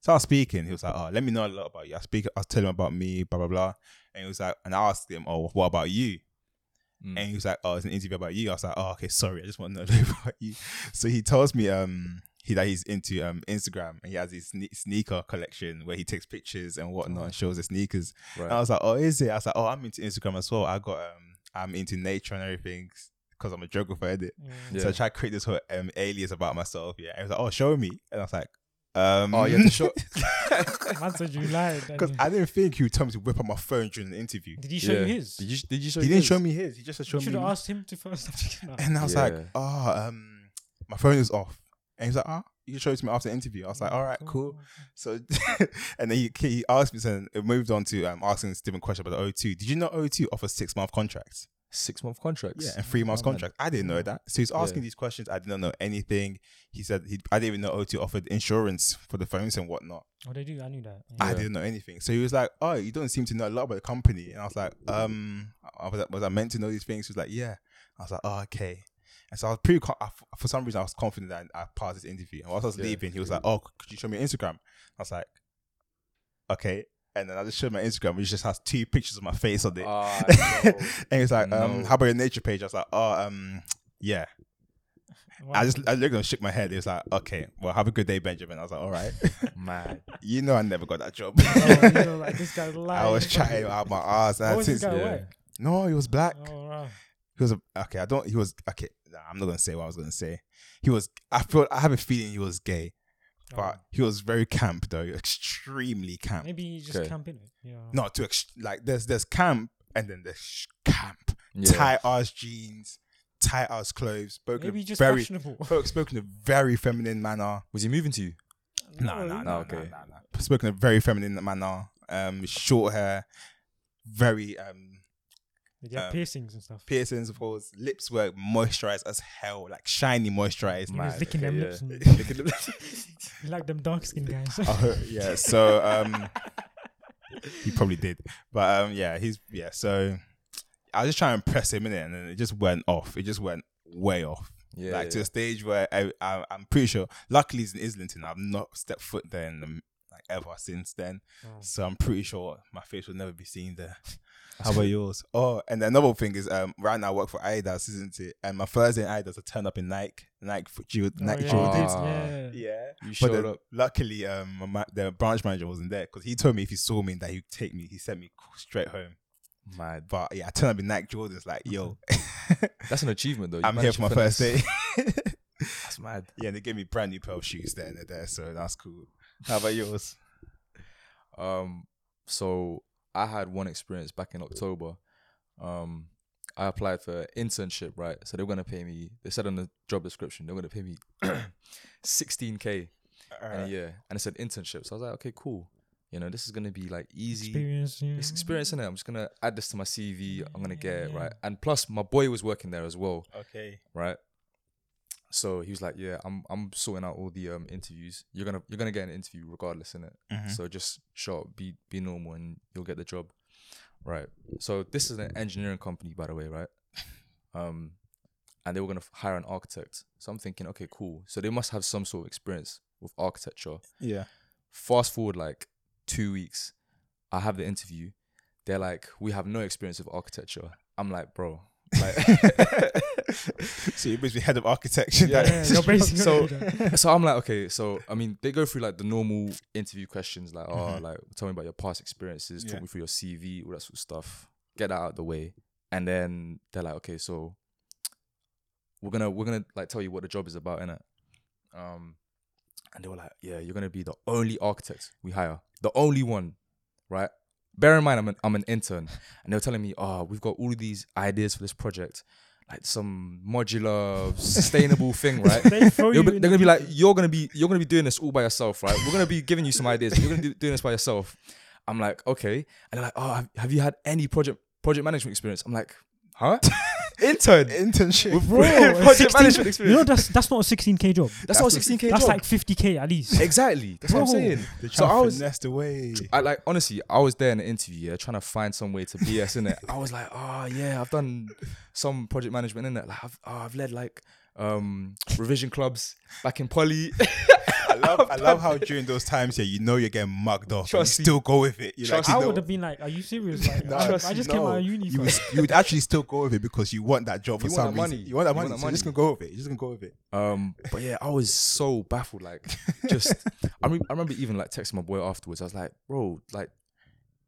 Speaker 3: So I was speaking. He was like, "Oh, let me know a lot about you." I speak. I was telling him about me, blah blah blah. And he was like, and I asked him, "Oh, what about you?"
Speaker 1: Mm.
Speaker 3: And he was like, "Oh, it's an interview about you." I was like, "Oh, okay, sorry, I just want to know about you." So he tells me um he that he's into um Instagram and he has his sne- sneaker collection where he takes pictures and whatnot and shows the sneakers.
Speaker 1: Right.
Speaker 3: And I was like, oh, is it? I was like, oh, I'm into Instagram as well. I got um, I'm into nature and everything because I'm a geographer, edit.
Speaker 1: yeah.
Speaker 3: So I tried to create this whole um, alias about myself. Yeah, and he was like, oh, show me, and I was like, um,
Speaker 1: oh, you had to show.
Speaker 2: Answer you lied. and
Speaker 3: because
Speaker 2: you-
Speaker 3: I didn't think he would tell me to whip out my phone during the interview.
Speaker 2: Did he show you
Speaker 1: Yeah.
Speaker 2: his?
Speaker 1: Did you? Did you show?
Speaker 3: He didn't
Speaker 1: yours?
Speaker 3: show me his. He just showed
Speaker 2: You should
Speaker 3: me.
Speaker 2: have asked him to first. No.
Speaker 3: And I was like,
Speaker 1: Yeah.
Speaker 3: oh, um, my phone is off. And he's like, ah, you showed it to me after the interview. I was like, all right,
Speaker 1: Oh.
Speaker 3: cool. So, and then he, he asked me, and it moved on to um, asking this different question about the O2. Did you know O2 offers six month contracts?
Speaker 1: Six month contracts.
Speaker 3: Yeah, and three months
Speaker 1: Oh, man.
Speaker 3: contract. I didn't know that. So he's asking
Speaker 1: Yeah.
Speaker 3: these questions. I did not know anything. He said he, I didn't even know O2 offered insurance for the phones and whatnot.
Speaker 2: Oh, they do. I knew that.
Speaker 3: I
Speaker 1: Yeah.
Speaker 3: didn't know anything. So he was like, "Oh, you don't seem to know a lot about the company." And I was like, "Um, I was, was I meant to know these things?" He was like, "Yeah." I was like, "Oh, okay." And so I was pretty con- I, for some reason I was confident that I passed this interview. And whilst I was
Speaker 1: Yeah.
Speaker 3: leaving, he was like, "Oh, could you show me your Instagram?" I was like, "Okay." And then I just showed my Instagram, which just has two pictures of my face on it.
Speaker 1: Ah, no.
Speaker 3: and he was like, um,
Speaker 1: No.
Speaker 3: "How about your nature page?" I was like, "Oh, um, yeah." I just I looked and shook my head. He was like, "Okay, well, have a good day, Benjamin." I was like, "All right."
Speaker 1: Mad.
Speaker 3: you know, I never got that job.
Speaker 2: oh, you know, like this guy lied.
Speaker 3: I was chatting out my ass. And
Speaker 2: Oh,
Speaker 3: I
Speaker 2: was this
Speaker 3: since,
Speaker 2: guy
Speaker 1: yeah.
Speaker 2: white?
Speaker 3: no, he was black.
Speaker 2: Oh, right.
Speaker 3: He was a, okay. I don't. He was okay. Nah, I'm not gonna say what I was gonna say. He was. I feel. I have a feeling he was gay, but
Speaker 2: Oh.
Speaker 3: he was very camp though. Extremely camp.
Speaker 2: maybe he just
Speaker 1: Okay.
Speaker 2: camping it. You know.
Speaker 3: Not to ex- like. There's there's camp and then there's sh- camp.
Speaker 1: Yeah.
Speaker 3: Tight ass jeans, tight ass clothes. Spoken
Speaker 2: Maybe
Speaker 3: in
Speaker 2: just
Speaker 3: very.
Speaker 2: fashionable.
Speaker 3: Spoken in a very feminine manner.
Speaker 1: Was he moving to you?
Speaker 3: No, no, no,
Speaker 1: okay.
Speaker 3: no, no, no. Spoke in a very feminine manner. Um, short hair, very um
Speaker 2: Did he have
Speaker 3: um,
Speaker 2: piercings and stuff?
Speaker 3: piercings, of course. Lips were moisturized as hell, like shiny moisturized.
Speaker 2: He was
Speaker 1: Mad,
Speaker 2: licking
Speaker 1: okay,
Speaker 2: them
Speaker 1: yeah.
Speaker 2: lips. And
Speaker 3: Look at them.
Speaker 2: he liked them dark skinned guys.
Speaker 3: Oh, yeah. So um, he probably did, but um, yeah, he's yeah. So I was just trying to impress him in it, and then it just went off. It just went way off.
Speaker 1: Yeah.
Speaker 3: like to
Speaker 1: yeah.
Speaker 3: a stage where I, I, I'm pretty sure. Luckily, it's in Islington. I've not stepped foot there in the, like ever since then.
Speaker 2: Oh.
Speaker 1: Mm.
Speaker 3: So I'm pretty sure my face will never be seen there. How about yours? Oh, and another thing is, um, right now I work for Adidas, isn't it? And my Thursday in Adidas, I turn up in Nike, Nike, for Ju-
Speaker 2: Oh,
Speaker 3: Nike
Speaker 2: yeah,
Speaker 3: Jordan.
Speaker 1: Ah.
Speaker 2: yeah.
Speaker 3: Yeah,
Speaker 1: you
Speaker 3: but
Speaker 1: showed
Speaker 3: then,
Speaker 1: up.
Speaker 3: luckily, um, my, ma- the branch manager wasn't there because he told me if he saw me that he'd take me. He sent me straight home.
Speaker 1: Mad.
Speaker 3: But yeah, I turned up in Nike Jordans, like, yo,
Speaker 1: That's an achievement though. You
Speaker 3: I'm here
Speaker 1: managed
Speaker 3: for
Speaker 1: to
Speaker 3: my
Speaker 1: finesse-
Speaker 3: first day.
Speaker 1: That's mad.
Speaker 3: yeah, and they gave me brand new pair of shoes there and there, so that's cool. How about yours?
Speaker 1: Um, so I had one experience back in October. Um, I applied for internship, right? So they were gonna pay me. They said on the job description they were gonna pay me 16k in a
Speaker 3: Alright.
Speaker 1: year, and it said internship. So I was like, okay, cool. You know, this is gonna be like easy.
Speaker 2: Experience. Yeah.
Speaker 1: It's experience in it. I'm just gonna add this to my CV. I'm gonna get it
Speaker 2: Yeah.
Speaker 1: right. And plus, my boy was working there as well,
Speaker 3: Okay.
Speaker 1: right? So he was like, "Yeah, I'm I'm sorting out all the um interviews. You're gonna you're gonna get an interview regardless, in it.
Speaker 3: Mhm.
Speaker 1: So just show up, be be normal, and you'll get the job. Right. So this is an engineering company, by the way, right? Um, and they were gonna f- hire an architect. So I'm thinking, okay, cool. So they must have some sort of experience with architecture.
Speaker 3: Yeah.
Speaker 1: Fast forward like two weeks, I have the interview. They're like, we have no experience with architecture. I'm like, bro, like.
Speaker 3: so you're basically head of architecture.
Speaker 1: Yeah.
Speaker 3: that-
Speaker 2: Yeah, you're basically
Speaker 1: So-
Speaker 2: gonna do that.
Speaker 1: so I'm like, okay, so I mean, they go through like the normal interview questions, like, oh, like tell me about your past experiences,
Speaker 3: Yeah.
Speaker 1: talk me through your CV, all that sort of stuff. Get that out of the way, and then they're like, okay, so we're gonna we're gonna like tell you what the job is about, innit? Um, and they were like, yeah, you're gonna be the only architect we hire, the only one, right? Bear in mind, I'm an I'm an intern, and they were telling me, oh, we've got all of these ideas for this project. like some modular sustainable thing, right?
Speaker 2: They throw
Speaker 1: You'll
Speaker 2: you.
Speaker 1: be-
Speaker 2: in
Speaker 1: they're gonna
Speaker 2: the
Speaker 1: be like, you're gonna be you're gonna be doing this all by yourself, right? We're gonna be giving you some ideas. You're gonna be doing this by yourself. I'm like, okay. And they're like, oh, have, have you had any project project management experience? I'm like, huh? Intern.
Speaker 4: Internship.
Speaker 1: With
Speaker 2: bro,
Speaker 1: project
Speaker 2: 16
Speaker 1: management experience.
Speaker 2: You know that's that's not a 16k job.
Speaker 1: that's, not a 16k
Speaker 2: That's
Speaker 1: job.
Speaker 2: like 50k at least.
Speaker 1: exactly. That's what I'm
Speaker 2: Bro.
Speaker 1: saying.
Speaker 3: They
Speaker 1: So
Speaker 3: try
Speaker 1: I
Speaker 3: to
Speaker 1: was
Speaker 3: finesse the way.
Speaker 1: I like honestly, I was there in the interview, yeah, trying to find some way to BS in it. I was like, oh yeah, I've done some project management in it. Like, I've, oh, I've led like um revision clubs back in poly.
Speaker 3: I love, I love how during those times, yeah, you know you're getting mugged off, but you
Speaker 1: Trust me.
Speaker 3: still go with it. You're
Speaker 1: Trust
Speaker 3: like,
Speaker 2: I
Speaker 3: you,
Speaker 2: would
Speaker 3: know,
Speaker 2: have been like, "Are you serious? Like,
Speaker 4: Nah,
Speaker 2: I, I
Speaker 4: trust-
Speaker 2: just came
Speaker 4: no.
Speaker 2: out of uni.
Speaker 3: you,
Speaker 2: fam.
Speaker 3: would, you would actually still go with it because you want that job
Speaker 1: You
Speaker 3: for
Speaker 1: want
Speaker 3: some
Speaker 1: that
Speaker 3: reason.
Speaker 1: money.
Speaker 3: You want that
Speaker 1: You
Speaker 3: money.
Speaker 1: want that
Speaker 3: so You're just
Speaker 1: money.
Speaker 3: gonna go with it. You're just gonna go with it.
Speaker 1: Um, but yeah, I was so baffled. Like, just I, re- I remember even like texting my boy afterwards. I was like, bro, like,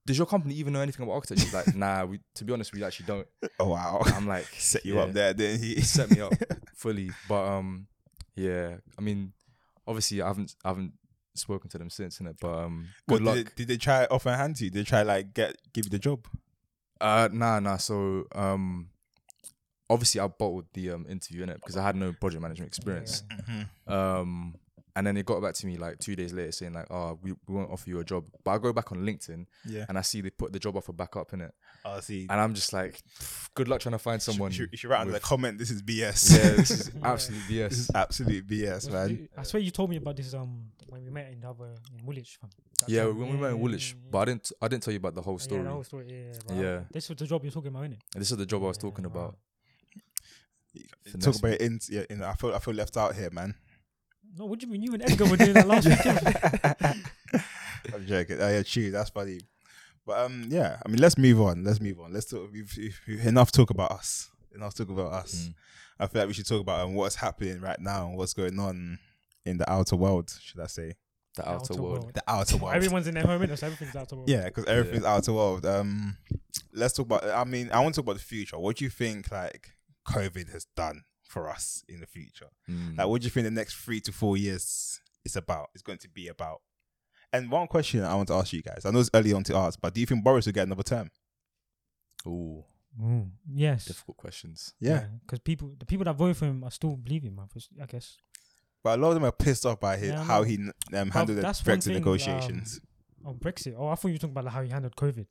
Speaker 1: does your company even know anything about architecture? He's like, nah, we to be honest, we actually don't.
Speaker 3: Oh wow,
Speaker 1: And I'm like,
Speaker 3: set you
Speaker 1: yeah,
Speaker 3: up there, didn't he?
Speaker 1: set me up fully. But um, yeah, I mean, obviously, I haven't I haven't spoken to them since, innit? But um,
Speaker 3: Well,
Speaker 1: good luck.
Speaker 3: Did they, did they try offer a hand to you? Did they try like get give you the job?
Speaker 1: Uh, nah, nah. So um, obviously, I bottled the um interview in it because I had no project management experience. Um, and then it got back to me like two days later saying like, "Oh, we, we won't offer you a job." But I go back on LinkedIn
Speaker 3: Yeah.
Speaker 1: and I see they put the job offer back up in it,
Speaker 3: Oh, see.
Speaker 1: and I'm just like, "Good luck trying to find someone."
Speaker 3: You should, you should write under the
Speaker 1: with-
Speaker 3: comment. This is BS.
Speaker 1: yeah, this is absolute BS.
Speaker 3: this is absolute BS,
Speaker 2: Was
Speaker 3: man.
Speaker 2: you- I swear you told me about this um when we met in the other in Woolwich. Fam. That
Speaker 1: Yeah,
Speaker 2: time.
Speaker 1: when we were in Woolwich,
Speaker 2: yeah,
Speaker 1: but I didn't I didn't tell you about the whole
Speaker 2: yeah.
Speaker 1: story.
Speaker 2: Yeah, the whole story. Yeah, yeah, yeah,
Speaker 1: Yeah.
Speaker 2: yeah. This was the job you're talking about, innit?
Speaker 1: And this is the job I was
Speaker 2: Yeah,
Speaker 1: talking
Speaker 2: wow.
Speaker 1: about.
Speaker 3: Talk
Speaker 1: Finesse
Speaker 3: about it in, yeah, in. I feel I feel left out here, man.
Speaker 2: No, what do you mean? You and Edgar were doing that last weekend.
Speaker 3: I'm joking. Oh, yeah, true. That's funny. But um, yeah. I mean, let's move on. Let's move on. Let's talk. We've, we've- enough talk about us. Enough talk about us.
Speaker 1: Mm.
Speaker 3: I feel like we should talk about um, what's happening right now and what's going on in the outer world. Should I say
Speaker 1: The outer,
Speaker 2: Outer
Speaker 1: world.
Speaker 2: World.
Speaker 3: the outer world?
Speaker 2: Everyone's in their home, innit? So everything's out of
Speaker 3: Yeah, because everything's outer world. Um, let's talk about. I mean, I want to talk about the future. What do you think like COVID has done for us in the future?
Speaker 1: Mm.
Speaker 3: Like, what do you think the next three to four years is about? Is going to be about? And one question I want to ask you guys. I know it's early on to ask, but do you think Boris will get another term?
Speaker 1: Ooh,
Speaker 2: Mm, yes.
Speaker 1: difficult questions.
Speaker 2: Because people, the people that voted for him are still believing, man. I guess.
Speaker 3: But a lot of them are pissed off by his,
Speaker 2: Yeah, I
Speaker 3: how
Speaker 2: know.
Speaker 3: he um,
Speaker 2: But
Speaker 3: handled the
Speaker 2: that's one
Speaker 3: Brexit
Speaker 2: thing,
Speaker 3: negotiations.
Speaker 2: Oh, Brexit. Oh, I thought you were talking about like, how he handled COVID.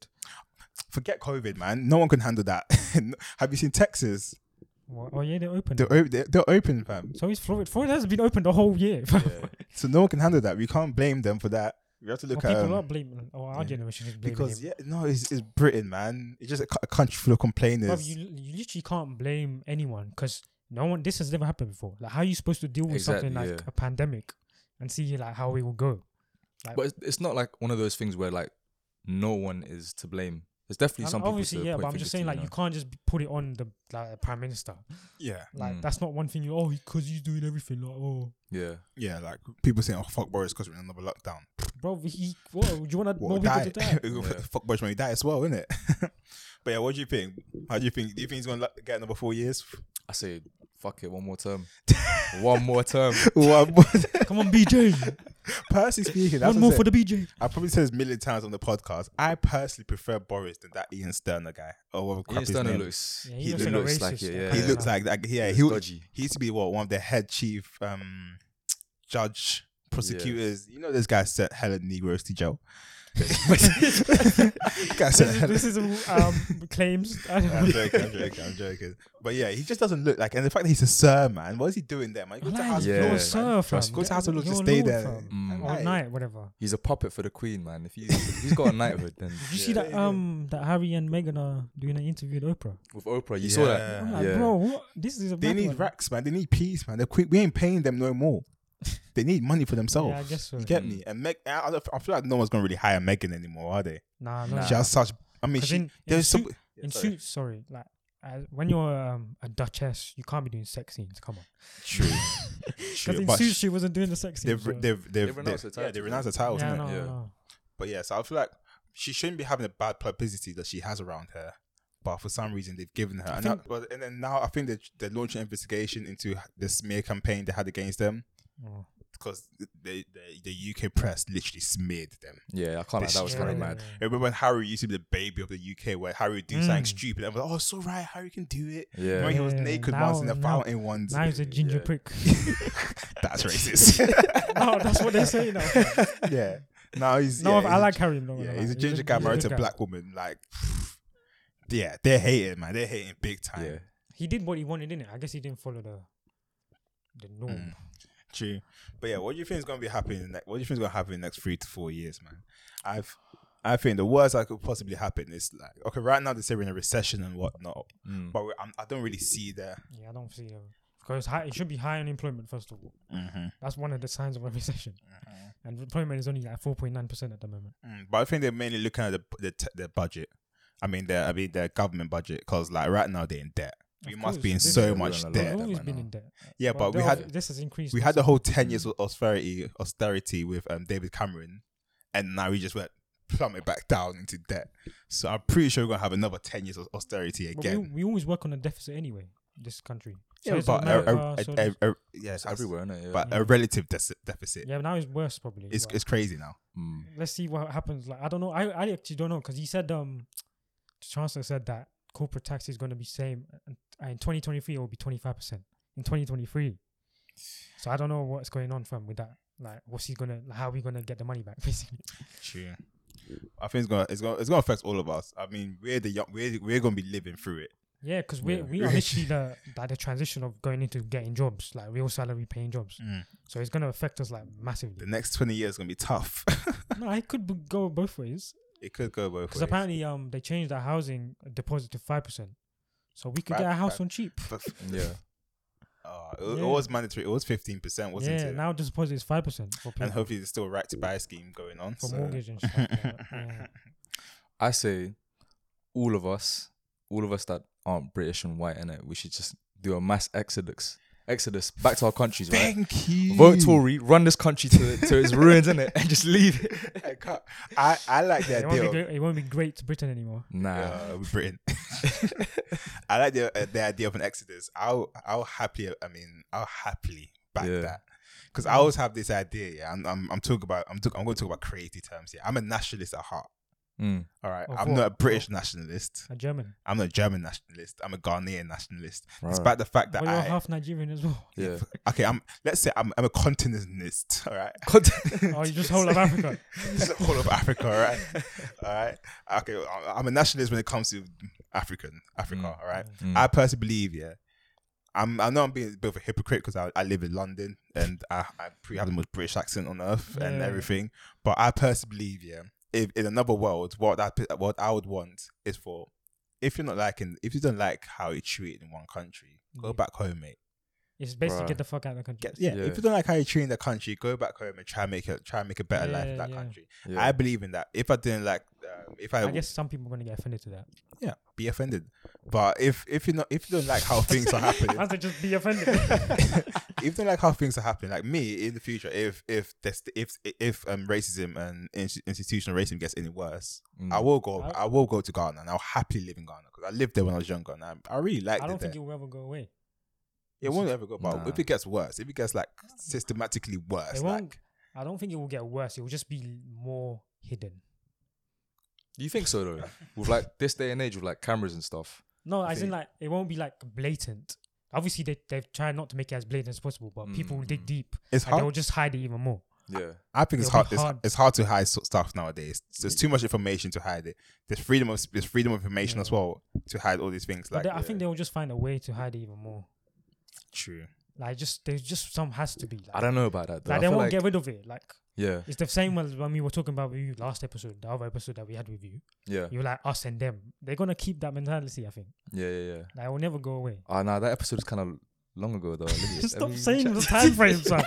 Speaker 3: Forget COVID, man. No one can handle that. Have you seen Texas?
Speaker 2: What? Oh yeah, they opened.
Speaker 3: They're, o- they're, they're open, fam.
Speaker 2: so he's Florida. Florida has been open the whole year.
Speaker 3: So no one can handle that. We can't blame them for that. We have to
Speaker 2: Well,
Speaker 3: look at
Speaker 2: people
Speaker 3: um,
Speaker 2: are blaming. Or our
Speaker 3: yeah.
Speaker 2: generation is blaming
Speaker 3: because
Speaker 2: him.
Speaker 3: yeah, no, it's, it's Britain, man. It's just a, cou- a country full of complainers.
Speaker 2: Bruv, you, you literally can't blame anyone because no one. This has never happened before. Like, how are you supposed to deal with something
Speaker 1: Exactly,
Speaker 2: like
Speaker 1: yeah.
Speaker 2: a pandemic and see like how it will go?
Speaker 1: But it's, it's not like one of those things where like no one is to blame. There's definitely
Speaker 2: And
Speaker 1: some people.
Speaker 2: obviously,
Speaker 1: to
Speaker 2: yeah.
Speaker 1: point
Speaker 2: But I'm
Speaker 1: fingers
Speaker 2: just
Speaker 1: to,
Speaker 2: saying, like,
Speaker 1: know.
Speaker 2: you can't just put it on the like, the prime minister.
Speaker 3: yeah,
Speaker 2: Like,
Speaker 1: Mm.
Speaker 2: that's not one thing. You oh, because he's doing everything. Like, oh,
Speaker 1: Yeah,
Speaker 3: yeah, like people saying, "Oh fuck Boris," because we're in another lockdown.
Speaker 2: bro, he. Whoa, do you want
Speaker 3: Well,
Speaker 2: more people
Speaker 3: die.
Speaker 2: to die?
Speaker 1: Yeah.
Speaker 3: fuck Boris when we die as well, isn't it? but yeah, what do you think? How do you think? Do you think he's gonna lo- get another four years?
Speaker 1: I say fuck it one more term, one more term.
Speaker 3: Well,
Speaker 2: Come on, BJ.
Speaker 3: personally speaking, that's
Speaker 2: one
Speaker 3: what
Speaker 2: more
Speaker 3: I
Speaker 2: for
Speaker 3: said.
Speaker 2: the BJ.
Speaker 3: I probably said this a million times on the podcast. I personally prefer Boris than that Ian Sterner guy. Oh, what crap
Speaker 1: Ian
Speaker 3: his
Speaker 1: Sterner
Speaker 3: name
Speaker 1: looks.
Speaker 2: Yeah,
Speaker 1: he
Speaker 2: he
Speaker 1: looks,
Speaker 2: looks like a
Speaker 1: like
Speaker 2: racist,
Speaker 1: it.
Speaker 2: though.
Speaker 1: Yeah,
Speaker 3: He
Speaker 1: yeah.
Speaker 3: looks like that. Yeah,
Speaker 1: He
Speaker 3: he,
Speaker 1: looks
Speaker 3: wa-
Speaker 1: dodgy.
Speaker 3: he used to be what one of the head chief um, judge prosecutors. You know, this guy sent Helen Negroes to jail. guy sent
Speaker 2: This is,
Speaker 3: Helen.
Speaker 2: this is um, claims. I don't know.
Speaker 3: I'm joking, I'm joking, I'm joking. But yeah, he just doesn't look like. And the fact that he's a sir, man, what is he doing there, man? He goes to
Speaker 2: Like,
Speaker 3: House of
Speaker 1: Yeah.
Speaker 2: you're a
Speaker 3: Lords, man.
Speaker 2: sir, fam.
Speaker 1: Trust
Speaker 3: Go to
Speaker 2: You're-
Speaker 3: House of Lords to
Speaker 2: you're a
Speaker 3: stay
Speaker 2: lord,
Speaker 3: there.
Speaker 2: fam.
Speaker 1: Mm.
Speaker 2: Or
Speaker 3: Right.
Speaker 2: knight, whatever.
Speaker 1: He's a puppet for the queen, man. If he's if he's got a knighthood, then
Speaker 2: Did you see that um that Harry and Meghan are doing an interview with Oprah?
Speaker 1: with Oprah, you saw that.
Speaker 3: Yeah.
Speaker 2: I'm like,
Speaker 1: Uh, Yeah.
Speaker 2: bro, what? this is a
Speaker 3: They
Speaker 2: black
Speaker 3: need
Speaker 2: one.
Speaker 3: racks, man. They need peace, man. They're quick. We ain't paying them no more. They need money for themselves.
Speaker 2: Yeah, I guess so.
Speaker 3: You get me? And Meg, I, don't- I feel like no one's gonna really hire Megan anymore, are they?
Speaker 2: Nah, no.
Speaker 1: Nah.
Speaker 3: She has such. I mean,
Speaker 2: 'Cause
Speaker 3: she,
Speaker 2: in, in,
Speaker 3: there's some.
Speaker 2: suit- in suits, sorry, like. Uh, when you're um, a duchess, you can't be doing sex scenes. Come on,
Speaker 3: True.
Speaker 2: because
Speaker 3: True.
Speaker 2: in
Speaker 3: but
Speaker 2: suits she wasn't doing the sex scenes.
Speaker 3: they've,
Speaker 2: so-
Speaker 3: they've, they've,
Speaker 1: They
Speaker 3: they've,
Speaker 1: renounced the
Speaker 3: yeah,
Speaker 1: title,
Speaker 3: they renounced the titles,
Speaker 2: uh, yeah,
Speaker 3: innit?
Speaker 2: no,
Speaker 1: Yeah.
Speaker 2: no.
Speaker 3: But yeah, so I feel like she shouldn't be having the bad publicity that she has around her. But for some reason, they've given her. And,
Speaker 2: think-
Speaker 3: that- but- and then now I think they're, they're launching an investigation into the smear campaign they had against them.
Speaker 2: no.
Speaker 3: because the, the the UK press literally smeared them.
Speaker 1: Yeah, I can't. Like, that was kind of
Speaker 3: Yeah.
Speaker 1: mad.
Speaker 3: I remember when Harry used to be the baby of the UK, where Harry would do something
Speaker 2: Mm.
Speaker 3: stupid, and I was like, "Oh, it's all right, Harry can do it." Remember
Speaker 1: Yeah,
Speaker 3: he was
Speaker 2: Yeah,
Speaker 3: naked
Speaker 2: now-
Speaker 3: once in the
Speaker 2: now-
Speaker 3: fountain once.
Speaker 2: Now he's a ginger
Speaker 1: Yeah.
Speaker 2: prick.
Speaker 3: That's racist.
Speaker 2: no, Oh, that's what they say now.
Speaker 3: yeah. Now he's
Speaker 2: No, I
Speaker 3: yeah, he's-
Speaker 2: like Harry. No,
Speaker 3: Yeah, he's a ginger guy married to a black woman. Like, yeah, they're hating, man. They're hating big time.
Speaker 1: yeah.
Speaker 2: He did what he wanted, didn't it? I guess he didn't follow the the norm.
Speaker 3: Mm. True. But yeah, what do you think is going to be happening? Like, what do you think is going to happen in the next three to four years, man? I've, I think the worst that could possibly happen is like, okay, right now they say we're in a recession and whatnot,
Speaker 1: Mm.
Speaker 3: but we- I'm, I don't really see the.
Speaker 2: Yeah, I don't see them because high, it should be high unemployment first of all. That's one of the signs of a recession. And employment is only like four point nine percent at the moment.
Speaker 3: Mm-hmm. Mm, but I think they're mainly looking at the the, t- the budget. I mean, their I mean their government budget because like right now they're in debt. We
Speaker 2: Of
Speaker 3: must
Speaker 2: course,
Speaker 3: be in
Speaker 2: this
Speaker 3: so
Speaker 1: is-
Speaker 3: much
Speaker 1: We're on a lot
Speaker 2: We've
Speaker 1: of
Speaker 3: debt.
Speaker 1: them
Speaker 2: always
Speaker 1: right
Speaker 2: been
Speaker 1: now.
Speaker 2: in debt.
Speaker 3: Yeah,
Speaker 2: Well,
Speaker 3: but we
Speaker 2: the-
Speaker 3: had
Speaker 2: this has increased.
Speaker 3: we
Speaker 2: this
Speaker 3: had the
Speaker 2: year.
Speaker 3: whole 10 years of austerity austerity with um, David Cameron and now we just went plummet back down into debt so I'm pretty sure we're gonna have another 10 years of austerity
Speaker 2: But we,
Speaker 3: again
Speaker 2: we always work on a deficit anyway. This country. So
Speaker 3: yeah
Speaker 2: it's
Speaker 3: but a, a,
Speaker 2: America, so
Speaker 3: a,
Speaker 2: it's-
Speaker 3: a, a, yeah,
Speaker 1: It's
Speaker 3: that's-
Speaker 1: everywhere, isn't it? Yeah.
Speaker 3: but a relative de- deficit
Speaker 2: yeah, but now it's worse probably.
Speaker 3: it's,
Speaker 2: but-
Speaker 3: it's crazy now
Speaker 1: Mm.
Speaker 2: let's see what happens. Like I don't know. I, I actually don't know because he said um, the chancellor said that corporate tax is going to be same and- and in 2023 it will be 25 percent in 2023. So I don't know what's going on from with that. Like what's he gonna? How are we gonna get the money back basically?
Speaker 3: true I think it's gonna it's gonna it's gonna affect all of us I mean we're the young we're, we're gonna be living through it
Speaker 2: Yeah, because we
Speaker 1: Yeah.
Speaker 2: we are literally the like the transition of going into getting jobs like real salary paying jobs. So it's gonna affect us like
Speaker 3: the
Speaker 2: massively.
Speaker 3: next 20 years is gonna be tough
Speaker 2: no, it could b- go both ways
Speaker 3: it could go both
Speaker 2: because
Speaker 3: ways
Speaker 2: apparently um they changed the housing deposit to five percent, so we could
Speaker 3: Five-
Speaker 2: get a house
Speaker 3: five-
Speaker 2: on cheap.
Speaker 1: Yeah.
Speaker 3: Oh, it,
Speaker 2: Yeah.
Speaker 3: it was mandatory it was 15% wasn't
Speaker 2: yeah,
Speaker 3: it
Speaker 2: now the deposit is five percent for people
Speaker 3: and hopefully there's still a right to buy scheme going on.
Speaker 2: for
Speaker 3: so-
Speaker 2: mortgage and stuff. Like that. Yeah. Mm.
Speaker 1: I say, all of us, all of us that aren't British and white, innit, we should just do a mass exodus, exodus back to our countries, right?
Speaker 3: Thank you.
Speaker 1: Vote Tory, run this country to, to its ruins, innit, and just leave it.
Speaker 3: I, can't- I, I like the
Speaker 2: it, won't
Speaker 3: idea.
Speaker 2: be
Speaker 3: Of,
Speaker 2: great, it won't be great to Britain anymore.
Speaker 1: Nah,
Speaker 3: uh, Britain. I like the uh, the idea of an exodus. I'll I'll happily. I mean, I'll happily back
Speaker 1: Yeah.
Speaker 3: that. Because I always have this idea. Yeah, I'm I'm, I'm talking about. I'm talk, I'm going to talk about creative terms here. I'm a nationalist at heart.
Speaker 1: Mm.
Speaker 3: All right.
Speaker 2: Of
Speaker 3: I'm
Speaker 2: what?
Speaker 3: not a British nationalist.
Speaker 2: A uh, German.
Speaker 3: I'm not a German nationalist. I'm a Ghanaian nationalist.
Speaker 1: Right.
Speaker 3: Despite the fact that
Speaker 2: Well, you're
Speaker 3: I
Speaker 2: half Nigerian as well.
Speaker 1: yeah.
Speaker 3: okay, I'm let's say I'm I'm a continentist. All right.
Speaker 2: Oh, you just whole of Africa.
Speaker 3: It's the whole of Africa, all right? All right. Okay, I- I'm a nationalist when it comes to African Africa,
Speaker 1: Mm.
Speaker 3: all right?
Speaker 1: Mm.
Speaker 3: I personally believe, yeah. I'm, I know I'm being a bit of a hypocrite because I, I live in London and I, I probably have the most British accent on earth and
Speaker 2: Yeah.
Speaker 3: everything. But I personally believe, yeah, if in another world, what I what I would want is for if you're not liking, if you don't like how you treat in one country, go
Speaker 2: Yeah.
Speaker 3: back home, mate.
Speaker 2: It's basically
Speaker 1: Bruh.
Speaker 2: get the fuck out of the country.
Speaker 3: Get, yeah,
Speaker 1: Yeah.
Speaker 3: if you don't like how you treat in the country, go back home and try and make it try and make a better life in
Speaker 2: Yeah,
Speaker 3: that
Speaker 2: yeah.
Speaker 3: country.
Speaker 1: yeah.
Speaker 3: I believe in that. If I didn't like, um, if I,
Speaker 2: I guess some people are gonna get offended to that.
Speaker 3: yeah, be offended. But if if you not if you don't like how things are happening,
Speaker 2: As they just be offended.
Speaker 3: if you don't like how things are happening, like me in the future, if if this, if if um racism and ins- institutional racism gets any worse,
Speaker 1: Mm.
Speaker 3: I will go.
Speaker 2: I-
Speaker 3: I will go to Ghana, and I'll happily live in Ghana because I lived there when I was younger, and I, I really liked
Speaker 2: I
Speaker 3: it
Speaker 2: don't
Speaker 3: there.
Speaker 2: think it will ever go away.
Speaker 3: It won't ever go. But
Speaker 1: Nah.
Speaker 3: if it gets worse, if it gets like systematically worse,
Speaker 2: it won't.
Speaker 3: like
Speaker 2: I don't think it will get worse. It will just be more hidden.
Speaker 1: Do you think so though? With like this day and age, with like cameras and stuff.
Speaker 2: No,
Speaker 1: I
Speaker 2: as in
Speaker 1: think-
Speaker 2: like it won't be like blatant. Obviously, they they've tried not to make it as blatant as possible, but people will
Speaker 3: Mm.
Speaker 2: dig deep
Speaker 3: it's
Speaker 2: and they will
Speaker 3: hard.
Speaker 2: just hide it even more.
Speaker 1: Yeah,
Speaker 3: I think it's
Speaker 2: it'll
Speaker 3: hard,
Speaker 2: be
Speaker 3: It's,
Speaker 2: hard.
Speaker 3: it's hard to hide so- stuff nowadays. There's too much information to hide it. There's freedom of there's freedom of information as
Speaker 2: Yeah.
Speaker 3: well to hide all these things. Like
Speaker 2: but they, I think
Speaker 3: yeah,
Speaker 2: they will just find a way to hide it even more.
Speaker 3: true.
Speaker 2: Like just there's just some has to be. Like,
Speaker 1: I don't know about that. Though.
Speaker 2: like
Speaker 1: I
Speaker 2: they
Speaker 1: feel
Speaker 2: won't
Speaker 1: like,
Speaker 2: get rid of it. Like
Speaker 1: yeah,
Speaker 2: it's the same as when we were talking about with you last episode, the other episode that we had with you.
Speaker 1: yeah,
Speaker 2: You were like us and them. They're gonna keep that mentality. I think.
Speaker 1: yeah, yeah, yeah.
Speaker 2: Like it will never go away.
Speaker 1: Ah, nah, that episode is kind of long ago though. Let me- let
Speaker 2: Stop
Speaker 1: me
Speaker 2: saying
Speaker 1: check.
Speaker 2: the time frame, son.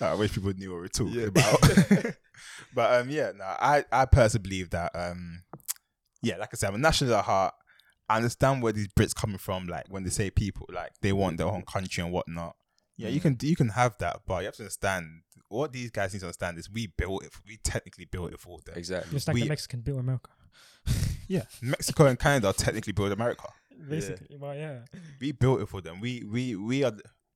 Speaker 3: I wish people knew what we're talking
Speaker 1: Yeah.
Speaker 3: about. but um, yeah, no, I I personally believe that um, yeah, like I said, I'm a nationalist at heart. I understand where these Brits coming from. Like when they say people like they want their own country and whatnot. Yeah, you can you can have that, but you have to understand what these guys need to understand is we built it. We technically built it for them.
Speaker 1: Exactly.
Speaker 2: Just like
Speaker 3: We-
Speaker 2: the Mexican built America,
Speaker 3: Yeah, Mexico and Canada technically built America.
Speaker 2: basically. But yeah,
Speaker 3: We built it for them. We we we are.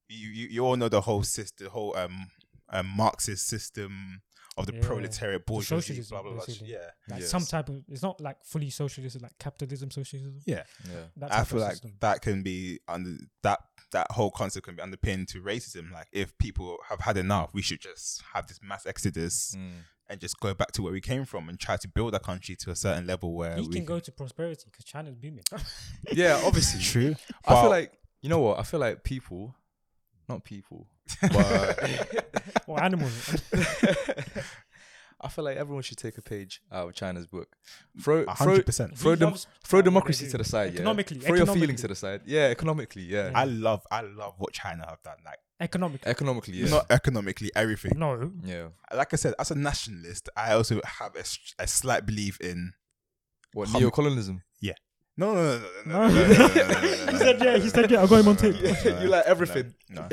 Speaker 3: you, you you all know the whole system, the whole um, um Marxist system of the
Speaker 2: Yeah.
Speaker 3: proletariat bourgeoisie,
Speaker 2: socialism,
Speaker 3: blah blah blah.
Speaker 2: basically.
Speaker 3: Yeah,
Speaker 2: Like
Speaker 1: Yes.
Speaker 2: some type of it's not like fully socialism, like capitalism socialism.
Speaker 3: yeah.
Speaker 1: Yeah.
Speaker 2: That
Speaker 3: I
Speaker 2: type
Speaker 3: feel
Speaker 2: of
Speaker 3: like
Speaker 2: system.
Speaker 3: that can be under that that whole concept can be underpinned to racism. Like if people have had enough, we should just have this mass exodus
Speaker 1: Mm.
Speaker 3: and just go back to where we came from and try to build our country to a certain level where
Speaker 2: he
Speaker 3: we
Speaker 2: can go to prosperity because China's booming.
Speaker 1: Yeah, obviously.
Speaker 3: True.
Speaker 1: I
Speaker 3: But-
Speaker 1: feel like you know what? I feel like people, not people, but
Speaker 2: or animals.
Speaker 1: I feel like everyone should take a page out of China's book. Throw,
Speaker 3: A
Speaker 1: throw,
Speaker 3: hundred percent.
Speaker 1: throw,
Speaker 2: He
Speaker 1: dem-
Speaker 2: loves
Speaker 1: throw
Speaker 2: what they
Speaker 1: democracy
Speaker 2: do.
Speaker 1: to the side. Yeah?
Speaker 2: Economically,
Speaker 1: throw your feelings
Speaker 2: economically.
Speaker 1: to the side. Yeah, economically. Yeah,
Speaker 3: I love I love what China have done. Like
Speaker 2: Economically.
Speaker 1: economically. Yeah,
Speaker 3: not economically, everything.
Speaker 2: No.
Speaker 1: yeah.
Speaker 3: Like I said, as a nationalist, I also have a, s- a slight belief in.
Speaker 1: What
Speaker 3: Hum-
Speaker 1: neocolonialism?
Speaker 3: No, no, no,
Speaker 2: No.
Speaker 3: no, no, no, no, no, no, no, no, no,
Speaker 2: He said,
Speaker 3: no,
Speaker 2: yeah,
Speaker 3: no,
Speaker 2: he
Speaker 3: no,
Speaker 2: said,
Speaker 3: no,
Speaker 2: yeah, I'm going
Speaker 3: no,
Speaker 2: on
Speaker 3: no,
Speaker 2: tape.
Speaker 3: no, no, no,
Speaker 1: You like
Speaker 3: no,
Speaker 1: everything.
Speaker 3: no.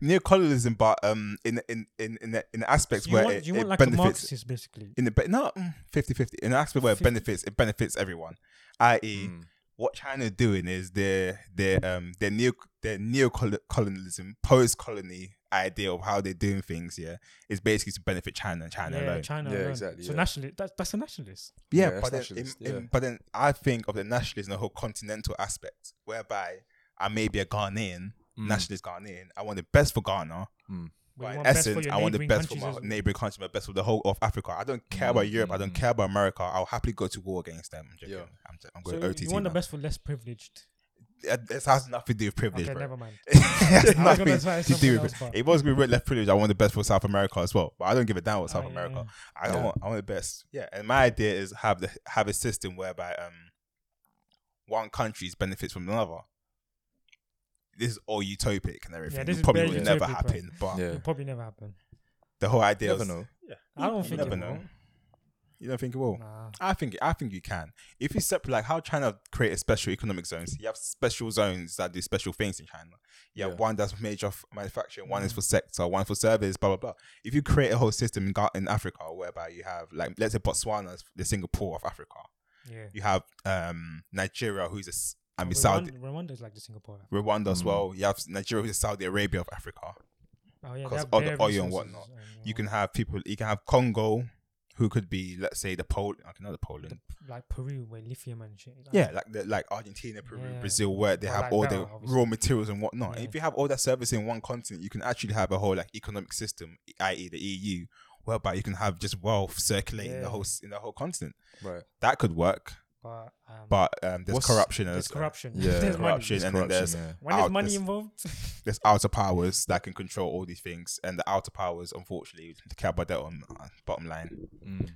Speaker 3: Neocolonialism, but um, in in in in the, in the aspects
Speaker 2: You
Speaker 3: where
Speaker 2: want,
Speaker 3: it,
Speaker 2: you want
Speaker 3: it
Speaker 2: like a
Speaker 3: benefits
Speaker 2: Marxist, basically.
Speaker 3: in the be- no mm, 50-50. in the aspect where it
Speaker 2: 50.
Speaker 3: benefits it benefits everyone, i.e.
Speaker 1: Mm.
Speaker 3: what China are doing is their their um their neo their neocolonialism post colony idea of how they're doing things. Yeah, is basically to benefit China and China
Speaker 2: yeah,
Speaker 3: alone.
Speaker 2: China.
Speaker 1: Yeah,
Speaker 2: alone.
Speaker 1: exactly,
Speaker 2: So
Speaker 1: yeah.
Speaker 2: nationalist. That's that's a nationalist.
Speaker 1: Yeah,
Speaker 3: yeah,
Speaker 1: that's
Speaker 3: but then in,
Speaker 1: nationalist, yeah.
Speaker 3: in, but then I think of the nationalism, the whole continental aspect, whereby I may be a Ghanaian
Speaker 1: Mm.
Speaker 3: nationalist Ghanaian. I want the best for Ghana.
Speaker 2: But
Speaker 3: But
Speaker 2: you
Speaker 3: in
Speaker 2: want best for
Speaker 3: essence,
Speaker 2: your
Speaker 3: I want the
Speaker 2: neighbouring
Speaker 3: best for my
Speaker 2: countries as-
Speaker 3: neighboring country, my best for the whole of Africa. I don't care about
Speaker 1: Mm,
Speaker 3: Europe. I don't
Speaker 1: mm,
Speaker 3: care about America. I'll happily go to war against them. I'm joking.
Speaker 1: Yeah.
Speaker 3: I'm, j- I'm
Speaker 2: So
Speaker 3: going OTT.
Speaker 2: you want the
Speaker 3: man.
Speaker 2: best for less privileged.
Speaker 3: It- This has nothing to do with privilege,
Speaker 2: Okay,
Speaker 3: bro.
Speaker 2: never mind.
Speaker 3: That's
Speaker 2: I was
Speaker 3: nothing
Speaker 2: gonna say
Speaker 3: to
Speaker 2: something
Speaker 3: do with
Speaker 2: else,
Speaker 3: it.
Speaker 2: but-
Speaker 3: It was going to be left privilege. I want the best for South America as well, but I don't give a damn what South
Speaker 2: Ah, yeah,
Speaker 3: America.
Speaker 2: yeah.
Speaker 3: I don't
Speaker 1: Yeah.
Speaker 3: want. I want the best. Yeah, and my idea is have the have a system whereby um one country's benefits from another. This is all utopic and everything.
Speaker 2: this
Speaker 3: it
Speaker 2: is
Speaker 3: probably
Speaker 2: barely
Speaker 3: would never
Speaker 2: utopic, bro.
Speaker 3: happen, but
Speaker 1: Mm. Yeah.
Speaker 2: It'll probably never happen.
Speaker 3: the whole
Speaker 1: You
Speaker 3: idea.
Speaker 1: never
Speaker 3: is-
Speaker 1: know.
Speaker 2: I don't
Speaker 3: You
Speaker 2: think
Speaker 3: never
Speaker 2: it
Speaker 3: know.
Speaker 2: will.
Speaker 3: You don't think it will.
Speaker 2: Nah.
Speaker 3: I think I think you can. If you separate like how China created special economic zones, you have special zones that do special things in China. You have
Speaker 1: Yeah. Mm.
Speaker 3: one that's major f- manufacturing, one is for sector, one for service, blah blah blah. If you create a whole system in, Ga- in Africa whereby you have like let's say Botswana is the Singapore of Africa,
Speaker 2: Yeah.
Speaker 3: you have um Nigeria who's a s- I mean Saudi
Speaker 2: Rwanda, Rwanda is like the Singapore.
Speaker 3: Rwanda as
Speaker 1: Mm.
Speaker 3: well. You have Nigeria who's the Saudi Arabia of Africa.
Speaker 2: Oh yeah,
Speaker 3: 'Cause
Speaker 2: they have
Speaker 3: all
Speaker 2: their
Speaker 3: the oil and
Speaker 2: resources
Speaker 3: whatnot.
Speaker 2: and,
Speaker 3: You
Speaker 1: Mm.
Speaker 2: uh,
Speaker 3: can have people. You can have Congo, who could be let's say the Pol. I can know the Poland.
Speaker 2: like Peru where lithium and shit. is like-
Speaker 3: Yeah, like the, like Argentina, Peru,
Speaker 2: Yeah.
Speaker 3: Brazil, where they
Speaker 2: Or
Speaker 3: have
Speaker 2: like
Speaker 3: all
Speaker 2: Ghana,
Speaker 3: the
Speaker 2: obviously.
Speaker 3: raw materials and whatnot.
Speaker 2: Yeah.
Speaker 3: If you have all that service in one continent, you can actually have a whole like economic system, i.e., the EU, whereby you can have just wealth circulating in the
Speaker 2: Yeah.
Speaker 3: whole s- in the whole continent.
Speaker 1: Right.
Speaker 3: That could work,
Speaker 2: But, um,
Speaker 3: but um, there's
Speaker 1: What's-
Speaker 3: corruption. And
Speaker 2: there's
Speaker 3: there's,
Speaker 2: corruption.
Speaker 1: Yeah.
Speaker 2: there's
Speaker 3: corruption,
Speaker 2: Money.
Speaker 3: and then there's
Speaker 1: yeah.
Speaker 2: When there's
Speaker 3: out-
Speaker 2: money
Speaker 3: there's-
Speaker 2: involved,
Speaker 3: there's outer powers that can control all these things, and the outer powers, unfortunately, care about that on uh, bottom line.
Speaker 1: Mm.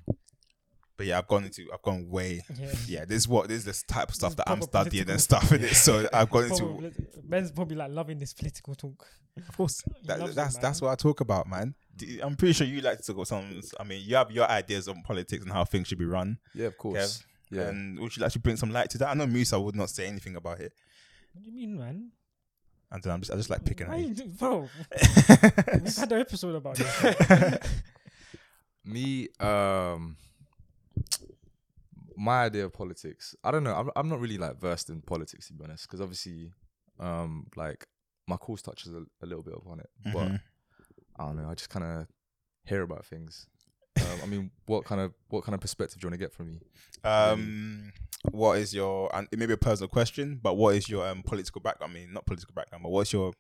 Speaker 3: But yeah, I've gone into, I've gone way.
Speaker 2: yeah.
Speaker 3: Yeah, this is what this is this type of stuff
Speaker 2: is
Speaker 3: that I'm
Speaker 2: proper
Speaker 3: studying and
Speaker 2: political-
Speaker 3: stuff in it. So I've gone
Speaker 2: Probably-
Speaker 3: into
Speaker 2: Ben's probably like loving this political talk.
Speaker 3: Of course,
Speaker 2: He
Speaker 3: that,
Speaker 2: loves it,
Speaker 3: that's that's what I talk about, man. Do- I'm pretty sure you like to talk about some. I mean, you have your ideas on politics and how things should be run,
Speaker 1: Yeah, of course.
Speaker 3: Kev,
Speaker 1: Yeah.
Speaker 3: and would you like to bring some light to that? I know Musa would not say anything about it,
Speaker 2: What do you mean, man?
Speaker 3: and then I'm just I just like picking
Speaker 2: Why
Speaker 3: at you.
Speaker 2: you do- bro? We've had an episode about this.
Speaker 1: Me, um, my idea of politics. I don't know. I'm I'm not really like versed in politics to be honest, because obviously, um, like my course touches a, a little bit upon it, but
Speaker 2: Mm-hmm.
Speaker 3: Mhm.
Speaker 1: I don't know. I just kind of hear about things. Um, I mean, what kind of what kind of perspective do you want to get from me?
Speaker 3: um, what is your and it may be a personal question, but what is your um political background? I mean, not political background, but what's your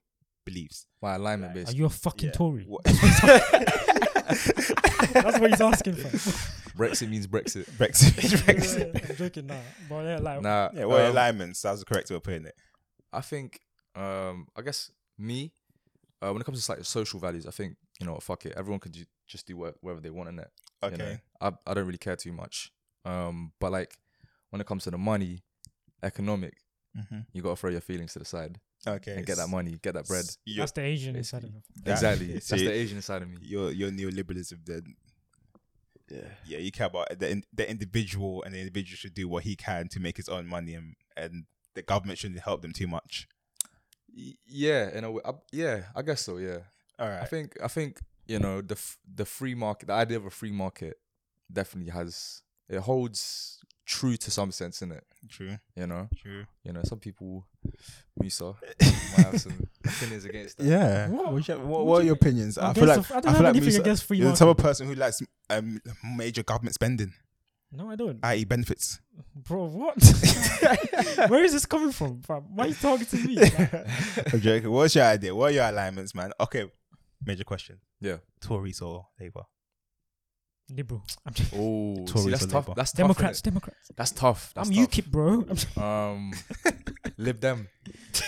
Speaker 3: beliefs?
Speaker 1: My alignment,
Speaker 2: Are
Speaker 1: basically.
Speaker 2: you a fucking
Speaker 3: Yeah.
Speaker 2: Tory?
Speaker 3: What-
Speaker 2: That's what he's asking for.
Speaker 1: Brexit means Brexit.
Speaker 3: Brexit. Brexit.
Speaker 2: I'm joking now. But yeah, like,
Speaker 1: Nah.
Speaker 3: Yeah, well,
Speaker 1: um,
Speaker 3: alignments. That's the correct way of putting it.
Speaker 1: I think, um, I guess me, uh, when it comes to like social values, I think you know, what, fuck it, everyone can ju- just do what, whatever they want in it.
Speaker 3: Okay.
Speaker 1: You know? I I don't really care too much. Um, but like when it comes to the money, economic,
Speaker 3: Mhm.
Speaker 1: you gotta throw your feelings to the side
Speaker 3: Okay.
Speaker 1: and get that money, get that bread.
Speaker 3: S- your-
Speaker 2: that's the Asian inside of him.
Speaker 3: that-
Speaker 1: exactly,
Speaker 3: yeah,
Speaker 1: that's
Speaker 3: see,
Speaker 1: the Asian side of me.
Speaker 3: your your neoliberalism then yeah yeah you care about the, in- the individual and the individual should do what he can to make his own money and and the government shouldn't help them too much
Speaker 1: Y- Yeah, in a way, I, yeah, I guess so. Yeah,
Speaker 3: all
Speaker 1: I
Speaker 3: right
Speaker 1: think I think you know the f- the free market, the idea of a free market, definitely has it holds true to some sense in it.
Speaker 3: True.
Speaker 1: You know,
Speaker 3: True.
Speaker 1: you know, some people, Musa, might have some opinions against that.
Speaker 3: Yeah.
Speaker 2: What?
Speaker 3: What, what,
Speaker 2: What do
Speaker 3: what are
Speaker 2: you-
Speaker 3: your opinions? I feel
Speaker 2: Against
Speaker 3: like
Speaker 2: the- I don't
Speaker 3: I
Speaker 2: have
Speaker 3: feel like
Speaker 2: anything
Speaker 3: Musa-
Speaker 2: against free
Speaker 3: you're the
Speaker 2: market.
Speaker 3: type of person who likes um, major government spending,
Speaker 2: No, I don't.
Speaker 3: i.e., benefits.
Speaker 2: Bro, what? Where is this coming from? fam? Why are you targeting me? Like,
Speaker 3: I'm joking. What's your idea? What are your alignments, man? Okay, major question.
Speaker 1: Yeah.
Speaker 3: Tories or Labour?
Speaker 2: liberal. I'm just,
Speaker 1: Oh, see,
Speaker 3: Tories
Speaker 1: that's
Speaker 3: or
Speaker 1: tough.
Speaker 3: Labour?
Speaker 1: That's tough.
Speaker 2: Democrats,
Speaker 1: innit?
Speaker 2: Democrats.
Speaker 1: That's tough. That's
Speaker 2: I'm
Speaker 1: tough.
Speaker 2: UKIP, bro. I'm
Speaker 1: Um, Lib Dem.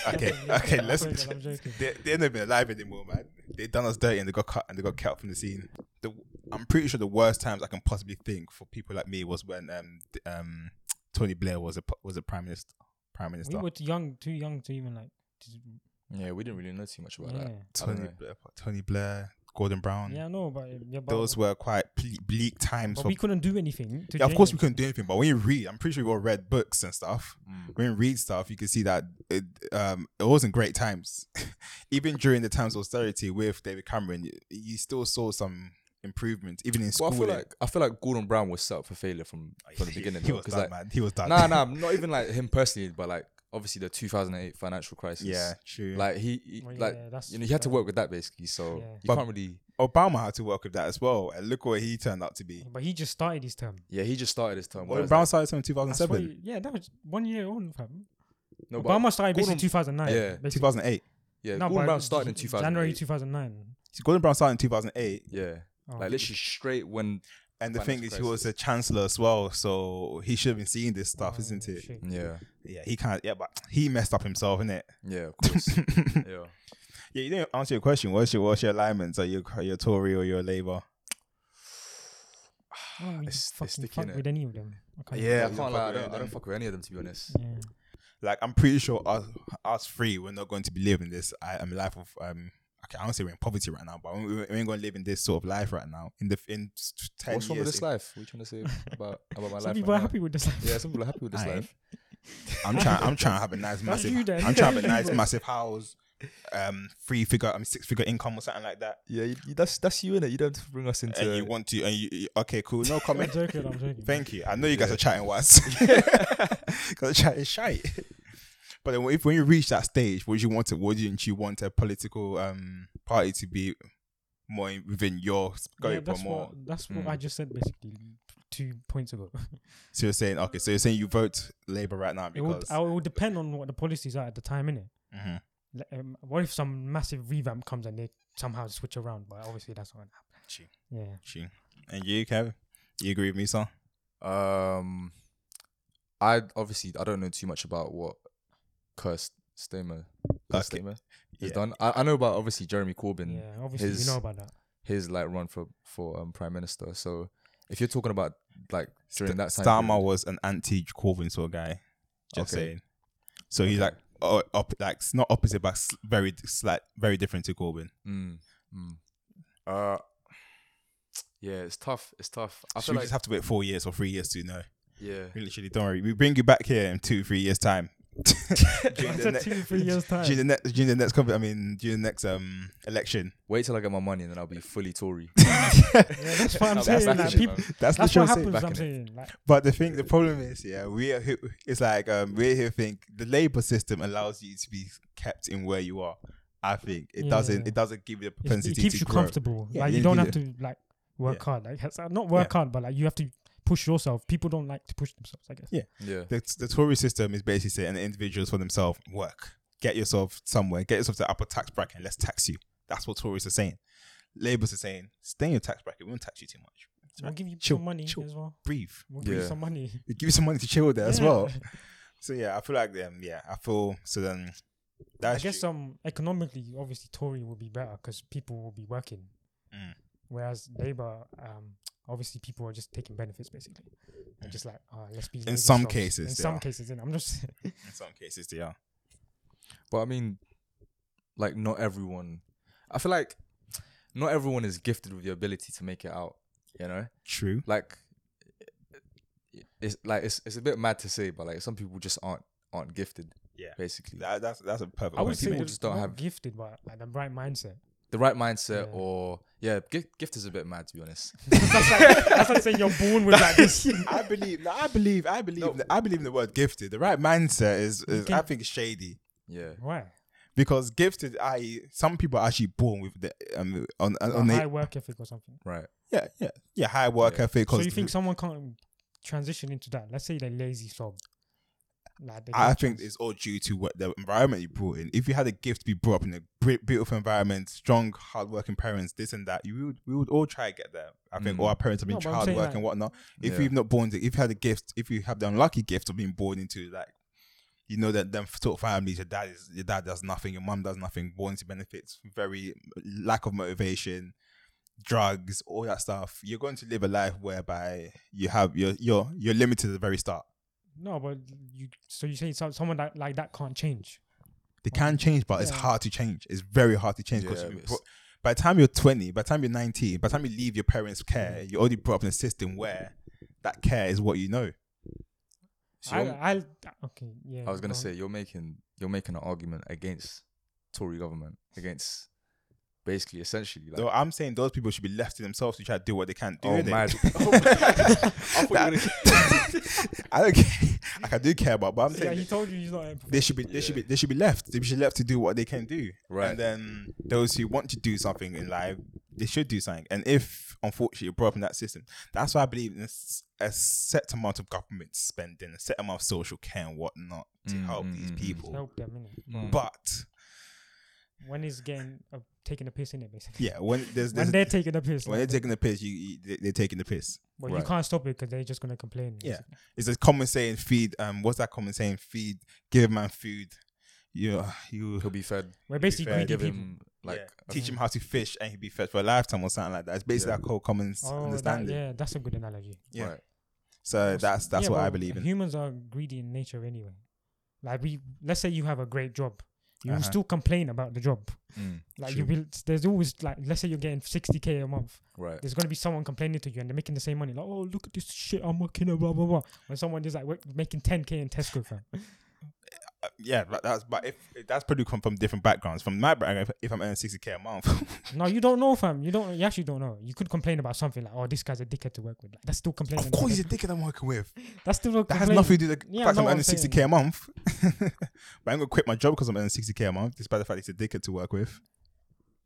Speaker 3: Okay,
Speaker 2: joking,
Speaker 3: okay.
Speaker 2: I'm
Speaker 3: Let's.
Speaker 2: joking, I'm joking.
Speaker 3: They, they ain't even alive anymore, man. They done us dirty and they got cut and they got cut out from the scene. The, I'm pretty sure the worst times I can possibly think for people like me was when um th- um Tony Blair was a p- was a prime minister. Prime
Speaker 2: We
Speaker 3: minister.
Speaker 2: were too young, too young to even like. to-
Speaker 1: Yeah, we didn't really know too
Speaker 3: uh,
Speaker 1: much about
Speaker 2: Yeah,
Speaker 1: that. I don't
Speaker 3: Tony
Speaker 1: know.
Speaker 3: Blair, Tony Blair, Gordon Brown.
Speaker 2: yeah, I know, but yeah, but,
Speaker 3: Those were quite ble- bleak times
Speaker 2: but
Speaker 3: for
Speaker 2: we couldn't do anything. To
Speaker 3: yeah, of
Speaker 2: change
Speaker 3: course
Speaker 2: it.
Speaker 3: we couldn't do anything, but when you read, I'm pretty sure we all read books and stuff.
Speaker 1: Mm.
Speaker 3: When you read stuff, you can see that it um it wasn't great times. Even during the times of austerity with David Cameron, you, you still saw some improvement, even in
Speaker 1: Well,
Speaker 3: school.
Speaker 1: I feel like I feel like Gordon Brown was set up for failure from from the
Speaker 3: Oh, He-
Speaker 1: beginning.
Speaker 3: he
Speaker 1: though,
Speaker 3: was
Speaker 1: 'cause,
Speaker 3: done,
Speaker 1: like,
Speaker 3: man. He was done.
Speaker 1: Nah, nah, not even like him personally, but like obviously the 2008 financial crisis.
Speaker 3: yeah, true. Like
Speaker 1: Like he, he-
Speaker 2: Well,
Speaker 1: like
Speaker 2: yeah, that's
Speaker 1: you know, he had to
Speaker 2: fair.
Speaker 1: work with that basically. So
Speaker 2: Yeah.
Speaker 1: he
Speaker 3: But-
Speaker 1: can't really.
Speaker 3: Obama had to work with that as well, and look what he turned out to be.
Speaker 2: But he just started his term.
Speaker 1: Yeah, he just started his term.
Speaker 3: Well,
Speaker 1: whereas,
Speaker 3: Brown started in
Speaker 2: I swear
Speaker 3: 2007,
Speaker 2: you- Yeah, that was one year on, fam.
Speaker 1: like, no, but-
Speaker 2: Obama started
Speaker 1: Gordon-
Speaker 2: basically 2009.
Speaker 1: yeah,
Speaker 2: basically.
Speaker 3: 2008.
Speaker 1: yeah,
Speaker 2: No,
Speaker 1: Gordon
Speaker 2: but
Speaker 1: Brown started in
Speaker 2: J-
Speaker 1: 2000.
Speaker 2: January 2009.
Speaker 3: So Gordon Brown started in 2008,
Speaker 1: Yeah,
Speaker 2: Oh,
Speaker 1: like literally straight when.
Speaker 3: and the
Speaker 1: Financial
Speaker 3: thing is, he
Speaker 1: crisis.
Speaker 3: was a chancellor as well, so he should have been seeing this stuff,
Speaker 2: oh,
Speaker 3: isn't it?
Speaker 2: shit.
Speaker 1: Yeah,
Speaker 3: Yeah, he can't. Yeah, but he messed up himself, innit?
Speaker 1: yeah, of course. yeah.
Speaker 3: Yeah, you didn't answer your question. What's your what's your alignments? Are you are you Tory or your Labour?
Speaker 2: I don't really
Speaker 1: It's- it's
Speaker 2: fucking
Speaker 1: sticky,
Speaker 2: fuck
Speaker 1: innit?
Speaker 2: with any of them. I can't-
Speaker 3: Yeah,
Speaker 1: I
Speaker 3: you
Speaker 1: can't
Speaker 3: fuck
Speaker 1: lie. I
Speaker 3: with
Speaker 1: don't, I
Speaker 3: them.
Speaker 1: don't fuck with any of them to be honest.
Speaker 2: yeah.
Speaker 3: Like, I'm pretty sure us us three we're not going to be living this. I am life of um. Okay, I don't say we're in poverty right now, but we, we ain't going to live in this sort of life right now. In the in s- s- ten
Speaker 1: What's wrong
Speaker 3: years,
Speaker 1: with this life? What are you trying to say about about my
Speaker 2: Some
Speaker 1: life?
Speaker 2: people
Speaker 1: right
Speaker 2: are
Speaker 1: now?
Speaker 2: happy with this.
Speaker 1: Yeah, some people are happy with this
Speaker 3: Aye.
Speaker 1: life.
Speaker 3: I'm trying. I'm trying to have a nice massive.
Speaker 2: you then.
Speaker 3: I'm trying to have a nice massive house, um, three figure, I mean, six figure income or something like that.
Speaker 1: Yeah, you, you- that's that's you in it. You don't have to bring us into.
Speaker 3: And you want to? And you- you okay? Cool. No
Speaker 2: I'm
Speaker 3: comment.
Speaker 2: joking. I'm joking.
Speaker 3: Thank you. I know you guys
Speaker 1: Yeah.
Speaker 3: are chatting once. Because chat is shite. But then if when you reach that stage, would you want to wouldn't you want a political um party to be more in- within your
Speaker 2: Yeah,
Speaker 3: scope or
Speaker 2: that's
Speaker 3: more?
Speaker 2: what that's what
Speaker 1: Mm.
Speaker 2: I just said basically two points ago.
Speaker 3: So you're saying okay, so you're saying you vote Labour right now
Speaker 2: It would
Speaker 3: because
Speaker 2: I would depend on what the policies are at the time, innit?
Speaker 3: Mhm.
Speaker 2: Like, Um, what if some massive revamp comes and they somehow switch around? But obviously that's not gonna
Speaker 3: Gee.
Speaker 2: happen. Yeah.
Speaker 3: Gee. and you, Kev, you agree with me, son?
Speaker 1: Um, I obviously I don't know too much about what Kirst Stamer, Keir
Speaker 3: Okay.
Speaker 1: Stamer has
Speaker 3: Yeah.
Speaker 1: done. I, I know about obviously Jeremy Corbyn,
Speaker 2: Yeah. Obviously we
Speaker 1: his-
Speaker 2: know about that.
Speaker 1: his like run for for um, prime minister. So if you're talking about like during that time,
Speaker 3: Starmer
Speaker 1: period-
Speaker 3: was an anti Corbyn sort of guy. Just
Speaker 1: Okay.
Speaker 3: saying. So he's like oh, up, like s- not opposite, but s- very slight, very different to Corbyn.
Speaker 1: Mm, mm. Uh, yeah, it's tough. It's tough. I
Speaker 3: so
Speaker 1: feel
Speaker 3: we
Speaker 1: like
Speaker 3: just have to wait four years or three years to know.
Speaker 1: yeah.
Speaker 3: We Literally, don't worry. We bring you back here in two, three years' time. during,
Speaker 2: I
Speaker 3: the
Speaker 2: said
Speaker 3: ne-
Speaker 2: two, three years
Speaker 3: during
Speaker 2: time.
Speaker 3: the next, during the next, conf- I mean, during the next um election.
Speaker 1: Wait till I get my money and then I'll be fully Tory.
Speaker 2: Yeah, that's what I'm
Speaker 1: That's
Speaker 2: saying. Like,
Speaker 1: actually,
Speaker 2: people,
Speaker 1: man.
Speaker 3: That's,
Speaker 2: that's
Speaker 3: literally
Speaker 2: what
Speaker 3: what I'm saying.
Speaker 2: happens. I'm
Speaker 1: innit?
Speaker 2: saying. Like,
Speaker 3: But the thing, the problem is, yeah, we are. who- It's like um, we here think the labor system allows you to be kept in where you are. I think it
Speaker 2: Yeah.
Speaker 3: doesn't. It doesn't give you the
Speaker 2: it's-
Speaker 3: propensity
Speaker 2: it keeps
Speaker 3: to
Speaker 2: you
Speaker 3: grow.
Speaker 2: comfortable.
Speaker 3: Yeah,
Speaker 2: like
Speaker 3: you
Speaker 2: you don't
Speaker 3: need
Speaker 2: have to like work
Speaker 3: Yeah.
Speaker 2: hard. Like it's, uh, not work hard, but like you have to push yourself. People don't like to push themselves. I guess.
Speaker 3: Yeah.
Speaker 1: Yeah.
Speaker 3: The, the Tory system is basically saying the individuals for themselves work, get yourself somewhere, get yourself to the upper tax bracket, and let's tax you. That's what Tories are saying. Labour's are saying, stay in your tax bracket. We won't tax you too much.
Speaker 2: We'll give you
Speaker 3: Chill,
Speaker 2: some money
Speaker 3: chill.
Speaker 2: as well.
Speaker 3: Breathe.
Speaker 2: We'll give
Speaker 1: Yeah.
Speaker 2: you some money
Speaker 3: We give you some money to chill there as
Speaker 2: Yeah.
Speaker 3: well. So yeah, I feel like um, yeah, I feel so. Then that's
Speaker 2: I guess
Speaker 3: true.
Speaker 2: um economically, obviously Tory will be better because people will be working,
Speaker 3: Mm.
Speaker 2: whereas Labour, um, obviously people are just taking benefits basically. They're just like, oh, let's be. lazy
Speaker 3: some
Speaker 2: slobs."
Speaker 3: cases,
Speaker 2: in
Speaker 3: they
Speaker 2: some
Speaker 3: are.
Speaker 2: cases, and I'm just
Speaker 3: in some cases they are.
Speaker 1: But I mean, like, not everyone. I feel like not everyone is gifted with the ability to make it out. You know,
Speaker 3: True.
Speaker 1: like it's like it's it's a bit mad to say, but like some people just aren't aren't gifted.
Speaker 3: Yeah.
Speaker 1: basically,
Speaker 3: That, that's that's a perfect.
Speaker 2: I
Speaker 1: When
Speaker 2: would
Speaker 3: point.
Speaker 2: say
Speaker 1: people
Speaker 2: that
Speaker 1: just don't
Speaker 2: not
Speaker 1: have-
Speaker 2: gifted, but like the right mindset.
Speaker 1: the the right mindset
Speaker 2: Yeah.
Speaker 1: or yeah, gift, gift is a bit mad to be honest.
Speaker 2: that's like that's like saying you're born with like this.
Speaker 3: I believe, no, I believe, I believe, in the- I believe in the word gifted. The right mindset is, is I
Speaker 2: can-
Speaker 3: think, shady
Speaker 1: Yeah,
Speaker 2: Why?
Speaker 3: because gifted. I some people are actually born with the um, on on, on
Speaker 2: Like, high
Speaker 3: the,
Speaker 2: work ethic or something.
Speaker 1: right.
Speaker 3: yeah yeah yeah high work
Speaker 1: Yeah.
Speaker 3: ethic.
Speaker 2: So
Speaker 3: 'cause
Speaker 2: you think someone can't transition into that? Let's say they're lazy slob. Like they
Speaker 3: I
Speaker 2: don't
Speaker 3: think
Speaker 2: trans-
Speaker 3: it's all due to what the environment you brought in. If you had a gift to be brought up in a bri- beautiful environment, strong, hardworking parents, this and that, you would we would all try to get there. I think
Speaker 1: Mm.
Speaker 3: all our parents have been
Speaker 2: No, but I'm
Speaker 3: hard
Speaker 2: saying,
Speaker 3: work
Speaker 2: like-
Speaker 3: and whatnot. If
Speaker 1: Yeah.
Speaker 3: you've not born, to, if you had a gift, if you have the unlucky gift of being born into like, you know that them sort of families, your dad is your dad does nothing, your mum does nothing, born into benefits, very lack of motivation, drugs, all that stuff. You're going to live a life whereby you have you're you're you're limited at the very start.
Speaker 2: no, but you. So you say so, someone that like that can't change.
Speaker 3: They can change, but it's
Speaker 2: Yeah.
Speaker 3: hard to change. It's very hard to change because
Speaker 1: Yeah,
Speaker 3: you've been
Speaker 1: it's-
Speaker 3: brought- by the time you're 20, by the time you're 19, by the time you leave your parents' care, you're already brought up in a system where that care is what you know.
Speaker 1: So
Speaker 2: I,
Speaker 1: you're-
Speaker 2: I, okay, yeah.
Speaker 1: I was gonna
Speaker 2: go on.
Speaker 1: say you're making you're making an argument against Tory government against basically essentially like
Speaker 3: So I'm saying those people should be left to themselves to try to do what they can't do.
Speaker 1: oh
Speaker 3: innit?
Speaker 1: mad.
Speaker 3: I don't care. Like, I do care about, but I'm
Speaker 2: Yeah,
Speaker 3: saying
Speaker 2: he told you he's not.
Speaker 3: they should be they should be they should be left. They should be left to do what they can do.
Speaker 1: Right.
Speaker 3: And then those who want to do something in life, they should do something. And if unfortunately you're brought up in that system, that's why I believe in a, s- a set amount of government spending, a set amount of social care and whatnot to
Speaker 1: Mm,
Speaker 3: help
Speaker 1: mm,
Speaker 3: these
Speaker 1: mm, mm.
Speaker 3: people.
Speaker 2: Help them, innit?
Speaker 3: But
Speaker 2: When he's getting uh, taking a piss in it, basically.
Speaker 3: yeah, when there's,
Speaker 2: When
Speaker 3: there's
Speaker 2: they're taking a piss,
Speaker 3: when
Speaker 2: like,
Speaker 3: they're taking the piss, you, you they- they're taking the piss.
Speaker 2: but
Speaker 1: Right.
Speaker 2: you can't stop it because they're just gonna complain.
Speaker 3: Yeah.
Speaker 2: basically.
Speaker 3: It's a common saying, feed. Um, what's that common saying? Feed, give a man food. You, you
Speaker 1: He'll be fed.
Speaker 2: we're basically
Speaker 3: fair,
Speaker 2: greedy
Speaker 1: Give
Speaker 2: people.
Speaker 1: him like a-
Speaker 3: teach
Speaker 2: Mm-hmm.
Speaker 3: him how to fish and he'd be fed for a lifetime or something like that. It's basically
Speaker 1: Yeah.
Speaker 3: that whole common s-
Speaker 2: Oh, that,
Speaker 3: understanding.
Speaker 2: yeah, that's a good analogy.
Speaker 3: yeah.
Speaker 1: Right.
Speaker 3: So that's that's
Speaker 2: Yeah,
Speaker 3: what I
Speaker 2: but
Speaker 3: believe in.
Speaker 2: Humans are greedy in nature anyway. Like we, let's say you have a great job, you will
Speaker 3: Uh-huh.
Speaker 2: still complain about the job.
Speaker 1: Mm,
Speaker 2: Like you will, there's always like, let's say you're getting 60k a month.
Speaker 3: Uh,
Speaker 1: right.
Speaker 2: There's gonna be someone complaining to you, and they're making the same money. Like, oh, look at this shit I'm working at, blah blah blah. When someone is like work, making 10k in Tesco, fam.
Speaker 3: Uh, yeah, but that's but if, if that's probably come from different backgrounds. From my background, if, if I'm earning sixty k a month,
Speaker 2: No, you don't know, fam. You don't. You actually don't know. You could complain about something like, "Oh, this guy's a dickhead to work with." Like, that's still complaining.
Speaker 3: of course he's a dickhead I'm working with.
Speaker 2: That's still not
Speaker 3: That has
Speaker 2: complaining.
Speaker 3: nothing to do with the
Speaker 2: Yeah,
Speaker 3: fact
Speaker 2: no,
Speaker 3: I'm
Speaker 2: I'm
Speaker 3: earning sixty k a month. but I'm gonna quit my job because I'm earning sixty k a month, despite the fact he's a dickhead to work with.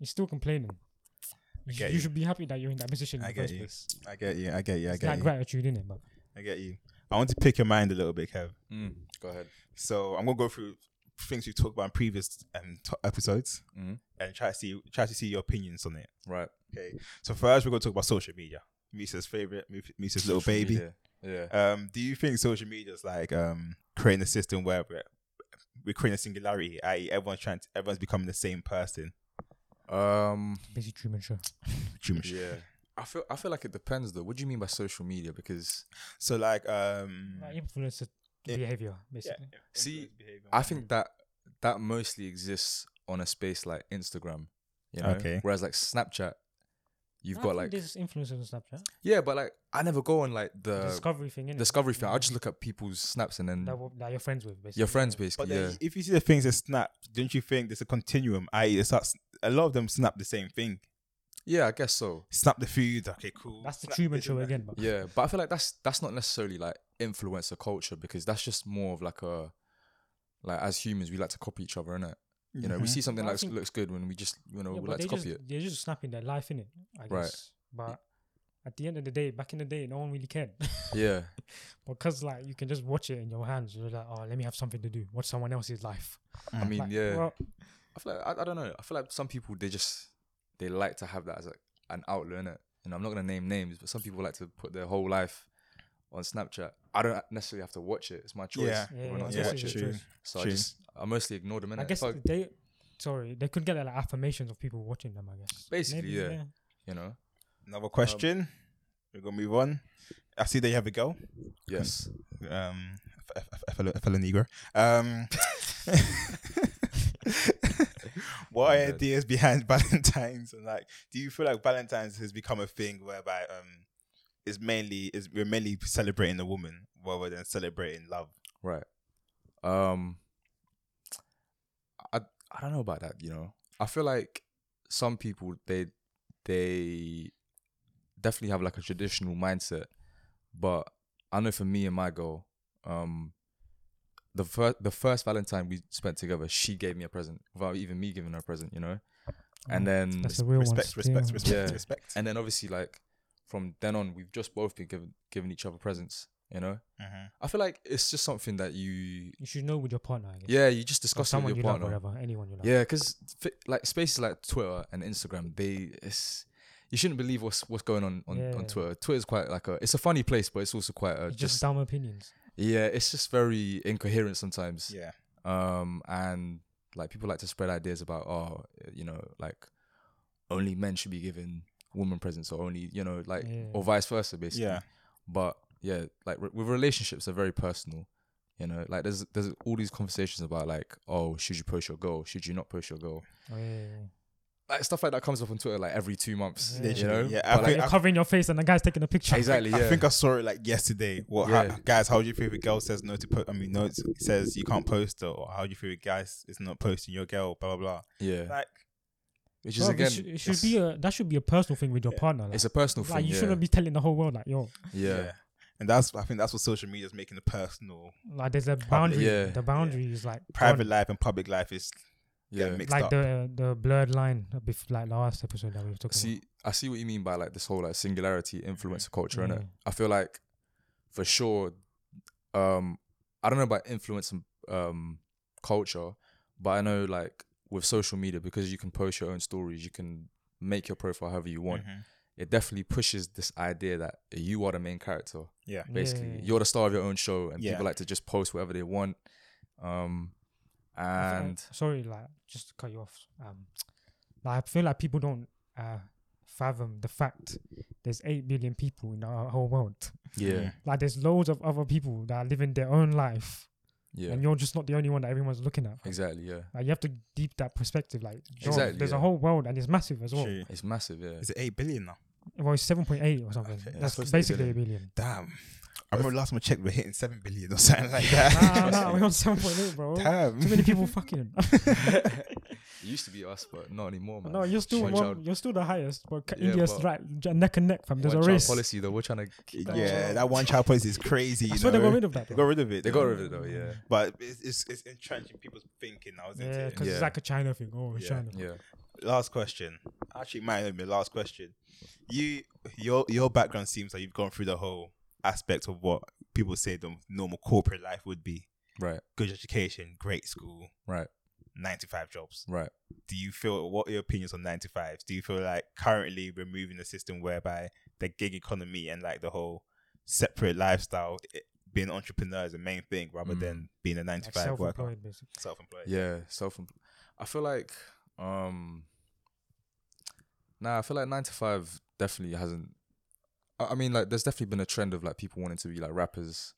Speaker 2: You're still complaining. You,
Speaker 3: get
Speaker 2: sh- you
Speaker 3: you.
Speaker 2: should be happy that you're in that position in
Speaker 3: I
Speaker 2: the
Speaker 3: get
Speaker 2: first
Speaker 3: you.
Speaker 2: place.
Speaker 3: I get you. I get you. I
Speaker 2: It's
Speaker 3: get
Speaker 2: like
Speaker 3: you.
Speaker 2: gratitude in it, but
Speaker 3: I get you. I want to pick your mind a little bit, Kev.
Speaker 1: Mm, go ahead.
Speaker 3: So I'm gonna go through things we've talked about in previous um, t- episodes
Speaker 2: Mm-hmm.
Speaker 1: Mhm.
Speaker 3: and try to see try to see your opinions on it.
Speaker 1: Right.
Speaker 3: Okay, so first we're gonna talk about social media. Misa's favorite, Misa's little
Speaker 1: Social
Speaker 3: baby.
Speaker 1: media. Yeah.
Speaker 3: Um, do you think social media is like um creating a system where we're, we're creating a singularity, i.e., everyone's trying, to, everyone's becoming the same person?
Speaker 1: Um.
Speaker 2: busy Truman Show.
Speaker 3: Dream sh-
Speaker 1: Yeah. I feel I feel like it depends though. What do you mean by social media? Because
Speaker 3: So like um,
Speaker 2: Like influencer
Speaker 3: Yeah.
Speaker 2: behavior, basically.
Speaker 1: See,
Speaker 3: influence behavior.
Speaker 1: I think that that mostly exists on a space like Instagram. You know.
Speaker 3: Okay.
Speaker 1: Whereas like Snapchat, you've
Speaker 2: I
Speaker 1: got
Speaker 2: think
Speaker 1: like
Speaker 2: this influencer on Snapchat.
Speaker 1: yeah, but like I never go on like the
Speaker 2: discovery thing, innit?
Speaker 1: uh, discovery thing. I
Speaker 2: Yeah.
Speaker 1: just look at people's snaps and then
Speaker 2: that, w- that you're friends with, basically.
Speaker 1: your friends
Speaker 2: with.
Speaker 1: basically.
Speaker 3: But then
Speaker 1: yeah.
Speaker 3: if you see the things that snap, don't you think there's a continuum? I.e., it starts, a lot of them snap the same thing.
Speaker 1: Yeah, I guess so.
Speaker 3: Snap the food. Okay, cool.
Speaker 2: That's the
Speaker 3: Snap
Speaker 2: Truman
Speaker 3: this and
Speaker 2: Show
Speaker 3: that.
Speaker 2: again, but
Speaker 1: Yeah, but I feel like that's that's not necessarily like influencer culture because that's just more of like a like as humans we like to copy each other, innit? You know, we
Speaker 3: Mhm.
Speaker 1: see something
Speaker 2: But I
Speaker 1: that
Speaker 2: think-
Speaker 1: looks good when we just you know we
Speaker 2: Yeah, but
Speaker 1: like
Speaker 2: they
Speaker 1: to copy
Speaker 2: just,
Speaker 1: it.
Speaker 2: They're just snapping their life in it, I guess.
Speaker 1: Right.
Speaker 2: But at the end of the day, back in the day, no one really cared
Speaker 1: Yeah,
Speaker 2: because like you can just watch it in your hands. You're like, oh, let me have something to do. Watch someone else's life.
Speaker 3: Mm.
Speaker 1: I mean,
Speaker 2: Like,
Speaker 1: yeah.
Speaker 2: Well,
Speaker 1: I feel like I, I don't know. I feel like some people they just they like to have that as like an outlet, innit? And I'm not gonna name names, but some people like to put their whole life on Snapchat. I don't necessarily have to watch it. It's my choice.
Speaker 3: Yeah.
Speaker 2: yeah,
Speaker 1: whether or not
Speaker 2: yeah,
Speaker 1: to
Speaker 2: yeah,
Speaker 1: watch
Speaker 2: it's
Speaker 1: it.
Speaker 2: your
Speaker 3: true.
Speaker 2: choice.
Speaker 1: So I
Speaker 3: True.
Speaker 1: just I mostly ignore them. Innit?
Speaker 2: I guess
Speaker 1: Fuck,
Speaker 2: they. Sorry, they could get like affirmations of people watching them. I guess.
Speaker 1: Basically, yeah. you know.
Speaker 3: Mm. Another question. We're gonna move on. I see that you have a girl.
Speaker 1: Yes.
Speaker 3: Um, a, f- a fellow, a fellow Negro. Um, what are
Speaker 1: Yeah.
Speaker 3: your ideas behind Valentine's and like? Do you feel like Valentine's has become a thing whereby um, it's mainly is we're mainly celebrating the woman rather than celebrating love?
Speaker 1: Right. Um I I don't know about that, you know. I feel like some people they they definitely have like a traditional mindset, but I know for me and my girl, um, the first the first Valentine we spent together, she gave me a present without even me giving her a present, you know.
Speaker 2: Mm.
Speaker 1: And then
Speaker 2: That's the real
Speaker 3: Respect,
Speaker 2: one.
Speaker 3: respect, respect,
Speaker 1: Yeah.
Speaker 3: respect.
Speaker 1: and then obviously like from then on we've just both been given giving each other presents, you know.
Speaker 3: Mhm.
Speaker 1: I feel like it's just something that you
Speaker 2: You should know with your partner, I guess.
Speaker 1: yeah you just
Speaker 2: Or
Speaker 1: discuss it
Speaker 2: someone
Speaker 1: with
Speaker 2: you
Speaker 1: your
Speaker 2: love,
Speaker 1: partner.
Speaker 2: whatever. Anyone you love.
Speaker 1: Yeah, because like spaces like Twitter and Instagram, they it's you shouldn't believe what's what's going on on,
Speaker 2: Yeah.
Speaker 1: on Twitter. Twitter's quite like a it's a funny place, but it's also quite a
Speaker 2: It's
Speaker 1: just,
Speaker 2: just dumb opinions.
Speaker 1: yeah, it's just very incoherent sometimes.
Speaker 3: Yeah.
Speaker 1: Um, and like people like to spread ideas about oh you know like only men should be given woman presents or only you know like
Speaker 2: Yeah.
Speaker 1: or vice versa basically.
Speaker 3: Yeah.
Speaker 1: But yeah, like re- with relationships, they're very personal. You know, like there's there's all these conversations about like oh should you push your goal, should you not push your goal
Speaker 2: Oh, yeah, yeah, yeah.
Speaker 1: like stuff like that comes up on Twitter like every two months.
Speaker 2: Yeah.
Speaker 1: You know?
Speaker 3: Literally, yeah. I
Speaker 1: But,
Speaker 2: Like,
Speaker 1: like,
Speaker 3: think-
Speaker 2: you're covering your face and the guy's taking a picture.
Speaker 1: exactly. Yeah.
Speaker 3: I think I saw it like yesterday. What how-
Speaker 1: Yeah.
Speaker 3: guys? How do your favorite girl says no to put? I mean, no, it's- says you can't post it, or how do your favorite guys is not posting your girl? Blah blah blah.
Speaker 1: yeah.
Speaker 3: Like,
Speaker 1: Which is
Speaker 2: Bro,
Speaker 1: again,
Speaker 2: it should, it should
Speaker 1: it's,
Speaker 2: be a that should be a personal thing with your partner. Like,
Speaker 1: it's a personal
Speaker 2: like
Speaker 1: thing.
Speaker 2: you
Speaker 1: yeah.
Speaker 2: shouldn't be telling the whole world like, yo,
Speaker 1: Yeah.
Speaker 3: And that's I think that's what social media is making the personal,
Speaker 2: like there's a boundary.
Speaker 1: yeah.
Speaker 2: The boundary is like
Speaker 3: private
Speaker 2: gone.
Speaker 3: life and public life is
Speaker 1: Yeah.
Speaker 3: get mixed
Speaker 2: like
Speaker 3: up.
Speaker 2: the the blurred line, a bit like last episode that we were talking
Speaker 1: See, I see what you mean by like this whole like singularity influencer culture, innit?
Speaker 2: Yeah.
Speaker 1: I feel like for sure, um, I don't know about influence and um culture, but I know like with social media because you can post your own stories, you can make your profile however you want.
Speaker 3: Mhm.
Speaker 1: It definitely pushes this idea that you are the main character.
Speaker 3: Yeah.
Speaker 2: about.
Speaker 1: basically.
Speaker 2: Yeah.
Speaker 1: You're the star of your own show, and
Speaker 3: Yeah.
Speaker 1: people like to just post whatever they want. Um,
Speaker 2: I feel like-
Speaker 1: and
Speaker 2: sorry, like just to cut you off. Um, like I feel like people don't uh fathom the fact there's eight billion people in our whole world.
Speaker 1: yeah,
Speaker 3: Mhm.
Speaker 2: Like there's loads of other people that are living their own life,
Speaker 1: yeah,
Speaker 2: and you're just not the only one that everyone's looking at.
Speaker 1: exactly, yeah.
Speaker 2: Like you have to deep that perspective. Like yo,
Speaker 1: Exactly,
Speaker 2: there's a
Speaker 1: yeah.
Speaker 2: whole world, and it's massive as well.
Speaker 3: True.
Speaker 1: It's massive, yeah.
Speaker 3: Is it eight billion now?
Speaker 2: Well, it's seven point eight or something.
Speaker 3: Okay,
Speaker 2: That's
Speaker 1: that's
Speaker 2: basically a
Speaker 1: supposed
Speaker 2: billion.
Speaker 3: Damn. I remember last time I checked, we were hitting seven billion or something like
Speaker 2: nah,
Speaker 3: that.
Speaker 2: nah, we're on seven point eight, bro. Too
Speaker 3: Damn.
Speaker 2: many people fucking.
Speaker 1: It used to be us, but not anymore, man.
Speaker 2: no, you're still
Speaker 1: One
Speaker 2: one,
Speaker 1: child-
Speaker 2: you're still the highest, but ca-
Speaker 1: Yeah,
Speaker 2: India's
Speaker 1: but-
Speaker 2: right j- neck and neck, fam. There's
Speaker 1: one
Speaker 2: a
Speaker 1: child
Speaker 2: race.
Speaker 1: policy though. We're trying to keep that.
Speaker 3: Yeah, that one child policy is crazy. You
Speaker 2: I swear
Speaker 3: know?
Speaker 2: they got rid of that.
Speaker 3: They
Speaker 2: though.
Speaker 3: got rid of it.
Speaker 1: They got rid of it though, yeah,
Speaker 3: But it's, it's, it's entrenched in people's thinking now, isn't
Speaker 2: Yeah,
Speaker 3: it?
Speaker 2: because
Speaker 1: Yeah.
Speaker 2: it's like a China thing. Oh, it's
Speaker 3: Yeah.
Speaker 2: China.
Speaker 1: yeah.
Speaker 3: last question. Actually, it might not be the last question. You, your, your background seems like you've gone through the whole aspect of what people say the normal corporate life would be:
Speaker 1: Right,
Speaker 3: good education, great school,
Speaker 1: right,
Speaker 3: nine to five jobs.
Speaker 1: right.
Speaker 3: Do you feel what are your opinions on nine to fives? Do you feel like currently we're moving a system whereby the gig economy and like the whole separate lifestyle, it, being an entrepreneur is the main thing rather
Speaker 1: Mm.
Speaker 3: than being a nine to
Speaker 2: Like
Speaker 3: five worker,
Speaker 2: self-employed, basically.
Speaker 3: self-employed?
Speaker 1: Yeah, self. I feel like, um, nah, I feel like nine to five definitely hasn't. I I mean, like, there's definitely been a trend of like people wanting to be like rappers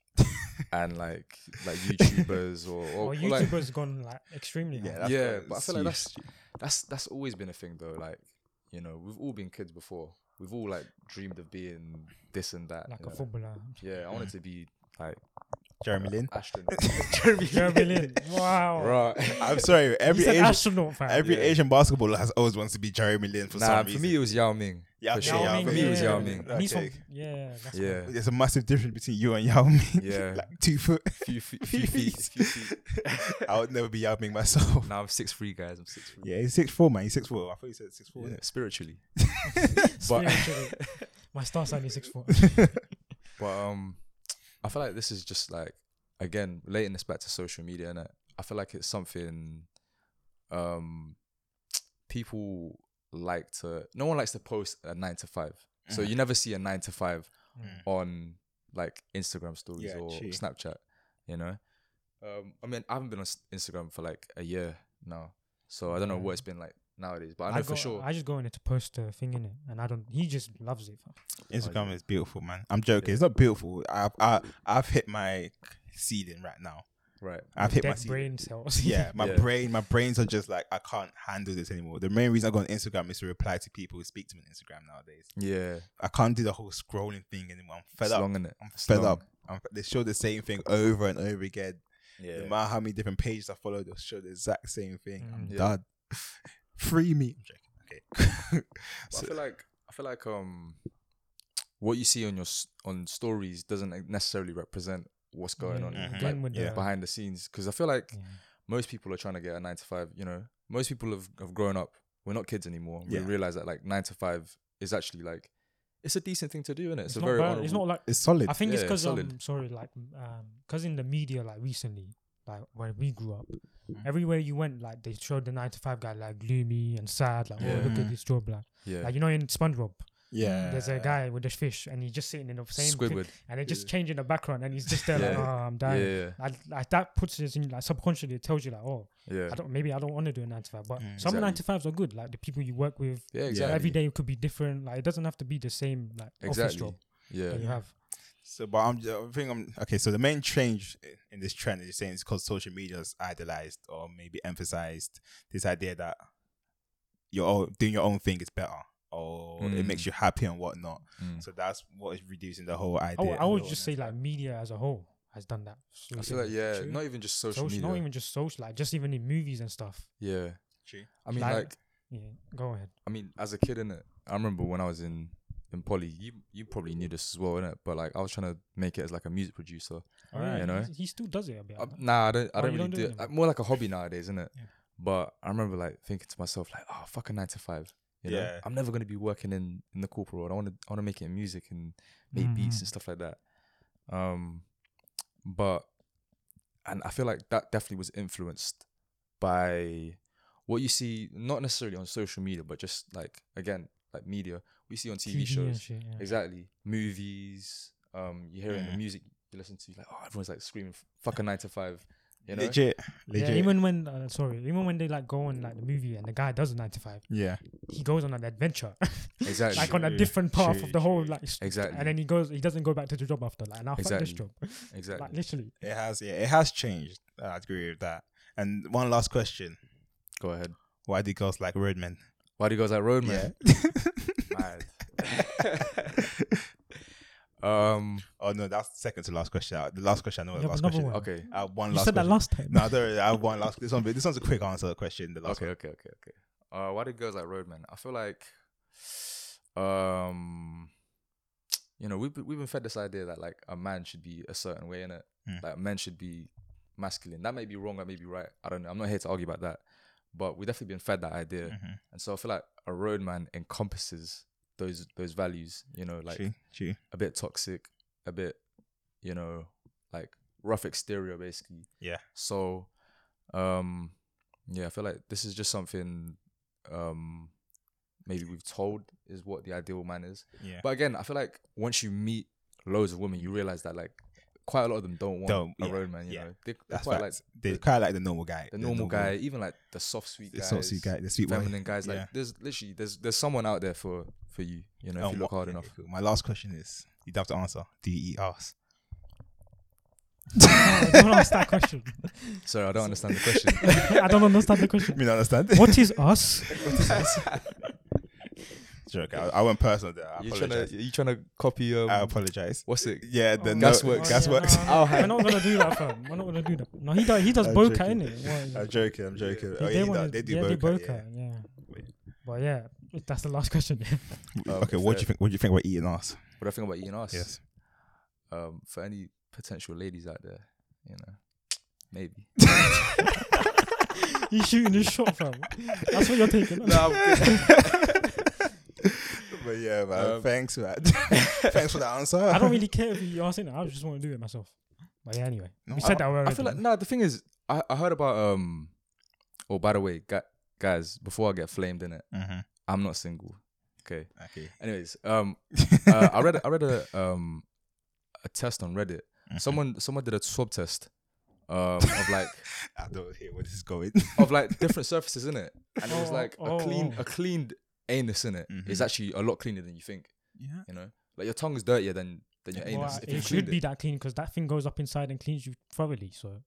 Speaker 1: and like like YouTubers or, or,
Speaker 2: Well,
Speaker 1: or, Oh, like
Speaker 2: YouTubers gone like extremely. high.
Speaker 1: that's- Yeah,
Speaker 3: the-
Speaker 1: but I feel like
Speaker 3: it's
Speaker 1: that's that's always been a thing though. Like, you know, we've all been kids before. We've all like dreamed of being this and that.
Speaker 2: like
Speaker 1: you
Speaker 2: a
Speaker 1: know?
Speaker 2: footballer.
Speaker 1: Yeah, I wanted to be like
Speaker 3: Jeremy Lin.
Speaker 1: Ashton.
Speaker 2: Jeremy Lin.
Speaker 3: Oh.
Speaker 2: Wow.
Speaker 1: right.
Speaker 3: I'm sorry, every
Speaker 2: He's an
Speaker 3: Asian
Speaker 2: astronaut, fam.
Speaker 3: Every
Speaker 1: Yeah.
Speaker 3: Asian basketballer has always wanted to be Jeremy Lin for
Speaker 1: Nah,
Speaker 3: some
Speaker 1: for
Speaker 3: reason.
Speaker 1: me it was Yao Ming.
Speaker 3: Yao
Speaker 1: for
Speaker 3: Ming,
Speaker 1: sure.
Speaker 3: Yao Ming,
Speaker 1: Oh, For me it was
Speaker 3: yeah.
Speaker 1: Yao Ming.
Speaker 2: And he's from-
Speaker 3: Okay.
Speaker 2: yeah, that's
Speaker 1: Yeah.
Speaker 3: there's a massive difference between you and Yao Ming.
Speaker 1: Yeah.
Speaker 3: like two foot.
Speaker 1: few feet, few feet, few feet.
Speaker 3: I would never be Yao Ming myself.
Speaker 1: Now I'm six three, guys. I'm six three.
Speaker 3: Yeah, he's six four, man. He's six four. I thought you said six four.
Speaker 1: spiritually.
Speaker 2: what-
Speaker 1: But-
Speaker 2: spiritually. My star sign is six foot.
Speaker 1: But um, I feel like this is just like again relating this back to social media, and I feel like it's something um people like to. No one likes to post a nine to 5 so
Speaker 3: Mhm.
Speaker 1: you never see a nine to five
Speaker 3: Mm.
Speaker 1: on like Instagram stories
Speaker 3: Yeah,
Speaker 1: or
Speaker 3: true.
Speaker 1: Snapchat. You know, um, I mean, I haven't been on s- Instagram for like a year now, so I don't know
Speaker 3: Mm.
Speaker 1: what it's been like nowadays. But I know
Speaker 2: go,
Speaker 1: for sure.
Speaker 2: I just go in there to post a thing in it, and I don't. He just loves it. fam.
Speaker 3: Instagram is beautiful, man. I'm joking. It's not beautiful. I've I, I've hit my ceiling right now.
Speaker 1: right.
Speaker 3: I've hit my
Speaker 2: Dead
Speaker 3: ceiling.
Speaker 2: brain cells.
Speaker 3: Yeah, my
Speaker 1: Yeah.
Speaker 3: brain, my brains are just like I can't handle this anymore. The main reason I go on Instagram is to reply to people who speak to me on Instagram nowadays.
Speaker 1: Yeah.
Speaker 3: I can't do the whole scrolling thing anymore. I'm fed
Speaker 1: it's
Speaker 3: up.
Speaker 1: long, innit?
Speaker 3: I'm
Speaker 1: It's
Speaker 3: fed
Speaker 1: long.
Speaker 3: up. I'm, f- they show the same thing over and over again.
Speaker 1: Yeah.
Speaker 3: No matter how many different pages I follow, they'll show the exact same thing. I'm
Speaker 2: Mm.
Speaker 1: Yeah.
Speaker 3: done. Free me. I'm joking. okay.
Speaker 1: But
Speaker 3: So-
Speaker 1: I feel like I feel like um, what you see on your s- on stories doesn't e-, necessarily represent what's going
Speaker 2: Yeah,
Speaker 1: on
Speaker 3: Mhm.
Speaker 1: like,
Speaker 2: again with
Speaker 3: yeah.
Speaker 2: the-
Speaker 1: behind the scenes. Because I feel like
Speaker 2: yeah.
Speaker 1: most people are trying to get a nine to five. You know, most people have, have grown up. We're not kids anymore.
Speaker 3: Yeah.
Speaker 1: We realize that like nine to five is actually like it's a decent thing to do, and it?
Speaker 2: It's,
Speaker 1: it's, a
Speaker 2: not
Speaker 1: very
Speaker 2: bad.
Speaker 1: honorable.
Speaker 2: It's not like
Speaker 4: It's solid.
Speaker 2: I think it's
Speaker 1: Yeah,
Speaker 2: because
Speaker 1: solid.
Speaker 2: um sorry like um because in the media like recently like when we grew up
Speaker 1: Mm.
Speaker 2: everywhere you went like they showed the nine to five guy like gloomy and sad like oh look
Speaker 4: Yeah.
Speaker 2: at this job like
Speaker 1: yeah,
Speaker 2: like you know in SpongeBob
Speaker 4: yeah.
Speaker 2: there's a guy with the fish and he's just sitting in the same thing,
Speaker 1: Squidward.
Speaker 2: and it just
Speaker 4: Yeah.
Speaker 2: changing the background and he's just there like oh
Speaker 1: Yeah.
Speaker 2: I'm
Speaker 1: Yeah,
Speaker 2: dying
Speaker 1: yeah,
Speaker 2: I, like that puts it in like subconsciously it tells you like oh
Speaker 1: yeah,
Speaker 2: I don't maybe I don't want to do a nine to five but
Speaker 3: Mm,
Speaker 2: some nine
Speaker 1: exactly.
Speaker 2: to fives are good like the people you work with
Speaker 1: yeah.
Speaker 2: like,
Speaker 1: Exactly.
Speaker 2: every day could be different like it doesn't have to be the same like office
Speaker 1: Exactly.
Speaker 2: job
Speaker 1: Yeah.
Speaker 2: that you have
Speaker 3: So, but I'm, I think I'm okay. So the main change i- in this trend is saying it's because social media has idolized or maybe emphasized this idea that your own, doing your own thing is better or it
Speaker 1: Mm.
Speaker 3: makes you happy and whatnot.
Speaker 1: Mm.
Speaker 3: So that's what is reducing the whole
Speaker 2: I, w-
Speaker 3: idea.
Speaker 2: I would just say like media as a whole has done that.
Speaker 1: I feel like yeah, not even just social,
Speaker 2: social,
Speaker 1: media.
Speaker 2: not even just social, like just even in movies and stuff.
Speaker 1: yeah,
Speaker 3: True.
Speaker 1: I mean
Speaker 2: Like-
Speaker 1: like
Speaker 2: Yeah, go ahead.
Speaker 1: I mean, as a kid, in it, I remember when I was in in poly. You you probably knew this as well, innit? But like, I was trying to make it as like a music producer.
Speaker 2: Alright,
Speaker 1: You know?
Speaker 2: he's- he still does it a bit.
Speaker 1: Uh,
Speaker 2: like that.
Speaker 1: nah, I don't. I
Speaker 2: Oh,
Speaker 1: don't
Speaker 2: you
Speaker 1: really
Speaker 2: don't do
Speaker 1: do
Speaker 2: it
Speaker 1: it.
Speaker 2: anymore?
Speaker 1: Uh, More like a hobby nowadays, isn't it?
Speaker 2: Yeah.
Speaker 1: But I remember like thinking to myself, like, oh, fuck a nine to five. You know?
Speaker 3: Yeah.
Speaker 1: I'm never gonna be working in in the corporate world. I want to I want to make it in music and make
Speaker 2: Mm-hmm. mm,
Speaker 1: beats and stuff like that. Um, but and I feel like that definitely was influenced by what you see, not necessarily on social media, but just like again, like media we see on TV
Speaker 2: and
Speaker 1: shows.
Speaker 2: shit, yeah.
Speaker 1: Exactly. Movies. Um, you hear it in
Speaker 3: Mhm.
Speaker 1: the music you listen to, like, oh, everyone's like screaming, fuck a nine to five. You know?
Speaker 3: Legit,
Speaker 2: Yeah,
Speaker 3: legit.
Speaker 2: even when uh, sorry, even when they like go on like the movie and the guy does a nine to five,
Speaker 3: yeah.
Speaker 2: he goes on an adventure,
Speaker 1: Exactly.
Speaker 2: like on a
Speaker 3: True,
Speaker 2: different path
Speaker 3: true,
Speaker 2: of the whole
Speaker 3: true.
Speaker 2: like. s-
Speaker 1: Exactly.
Speaker 2: And then he goes, he doesn't go back to the job after. Like, now fuck this
Speaker 1: Exactly.
Speaker 2: job.
Speaker 1: exactly.
Speaker 2: Like literally,
Speaker 3: It has, yeah, it has changed. I agree with that. And one last question:
Speaker 1: Go ahead.
Speaker 3: Why do girls like roadmen?
Speaker 1: Why do you guys like road,
Speaker 3: Yeah.
Speaker 1: man? Mad. um,
Speaker 3: oh no, that's the second to last question. Uh, The last question. I know.
Speaker 2: You
Speaker 3: the
Speaker 2: have
Speaker 3: last
Speaker 2: another
Speaker 3: question.
Speaker 2: one.
Speaker 1: okay.
Speaker 3: Uh, one
Speaker 2: you
Speaker 3: last.
Speaker 2: said that
Speaker 3: question.
Speaker 2: last time.
Speaker 3: No, I don't. I have one last. This one. This one's a quick answer question. The last
Speaker 1: Okay,
Speaker 3: one.
Speaker 1: okay, okay, okay. Uh, why do girls like roadmen? I feel like, um, you know, we've been- we've been fed this idea that like a man should be a certain way, innit?
Speaker 3: Mm.
Speaker 1: Like men should be masculine. That may be wrong. That may be right. I don't know. I'm not here to argue about that. But we've definitely been fed that idea,
Speaker 3: Mhm.
Speaker 1: and so I feel like a roadman encompasses those those values. You know, like
Speaker 3: True, true.
Speaker 1: a bit toxic, a bit, you know, like rough exterior basically.
Speaker 3: Yeah.
Speaker 1: So, um, yeah, I feel like this is just something, um, maybe we've told is what the ideal man is.
Speaker 3: Yeah.
Speaker 1: But again, I feel like once you meet loads of women, you realize that like quite a lot of them don't want
Speaker 3: Don't-
Speaker 1: a
Speaker 3: yeah,
Speaker 1: road man. You
Speaker 3: yeah.
Speaker 1: know, they, they're
Speaker 3: That's
Speaker 1: quite
Speaker 3: right.
Speaker 1: like
Speaker 3: They kind of like the normal guy.
Speaker 1: the normal guy, even like the soft sweet
Speaker 3: The
Speaker 1: guys,
Speaker 3: soft suit guy, the sweet
Speaker 1: feminine
Speaker 3: one.
Speaker 1: guys. Like
Speaker 3: Yeah.
Speaker 1: there's literally there's there's someone out there for for you. You
Speaker 3: Oh,
Speaker 1: know, if you look hard enough.
Speaker 3: My last question is: You don't have to answer. Do you eat ass?
Speaker 2: No, don't ask that question.
Speaker 1: Sorry, I don't understand the question.
Speaker 2: I don't understand the question.
Speaker 3: You don't understand?
Speaker 2: What is us?
Speaker 3: Joke. I, I went personal there. I
Speaker 1: you trying
Speaker 3: apologize.
Speaker 1: to you trying to copy um,
Speaker 3: I apologize.
Speaker 1: what's it?
Speaker 3: Yeah, the
Speaker 2: Oh,
Speaker 3: no,
Speaker 1: Gasworks.
Speaker 2: Oh,
Speaker 3: Gas
Speaker 2: yeah,
Speaker 3: works.
Speaker 2: no,
Speaker 1: I'll
Speaker 2: no, We're
Speaker 1: have-
Speaker 2: not gonna do that, fam. We're not gonna do that. No, he does. He does
Speaker 3: I'm
Speaker 2: boca,
Speaker 3: joking.
Speaker 2: innit? What is
Speaker 3: I'm
Speaker 2: it?
Speaker 3: joking. I'm joking.
Speaker 2: They-
Speaker 3: oh,
Speaker 2: they
Speaker 3: yeah, he
Speaker 2: wanna-
Speaker 3: does. they do
Speaker 2: yeah,
Speaker 3: both.
Speaker 2: Boca, yeah. But yeah, if that's the last question. yeah.
Speaker 3: Yeah.
Speaker 1: Um,
Speaker 3: okay, what do
Speaker 1: fair.
Speaker 3: you think? What do you think about eating ass?
Speaker 1: What I think about eating us?
Speaker 3: Oh, Yes.
Speaker 1: Um, for any potential ladies out there, you know, maybe.
Speaker 2: He's shooting his shot, fam. That's what you're taking. huh?
Speaker 3: Um, But yeah, man.
Speaker 1: Um,
Speaker 3: thanks, man. thanks for the answer.
Speaker 2: I don't really care if you ask it. I just want to do it myself. But yeah, anyway,
Speaker 3: No,
Speaker 2: we said
Speaker 1: I-
Speaker 2: that already.
Speaker 1: I feel like no. the thing is, I, I heard about um. Oh, by the way, gu- guys, before I get flamed in it,
Speaker 3: Mhm.
Speaker 1: I'm not single. Okay.
Speaker 3: Okay.
Speaker 1: Anyways, um, uh, I read I read a um a test on Reddit.
Speaker 3: Uh,
Speaker 1: Someone someone did a swab test, um, of like
Speaker 3: I don't hear where this is going.
Speaker 1: of like different surfaces in it, and it was
Speaker 2: Oh,
Speaker 1: like
Speaker 2: oh,
Speaker 1: a clean
Speaker 2: oh.
Speaker 1: a cleaned anus in it is
Speaker 3: Mhm.
Speaker 1: actually a lot cleaner than you think.
Speaker 3: Yeah.
Speaker 1: You know, like your tongue is dirtier than than your
Speaker 2: Well,
Speaker 1: anus. if you
Speaker 2: it
Speaker 1: cleaned
Speaker 2: should
Speaker 1: it.
Speaker 2: be that clean because that thing goes up inside and cleans you thoroughly. So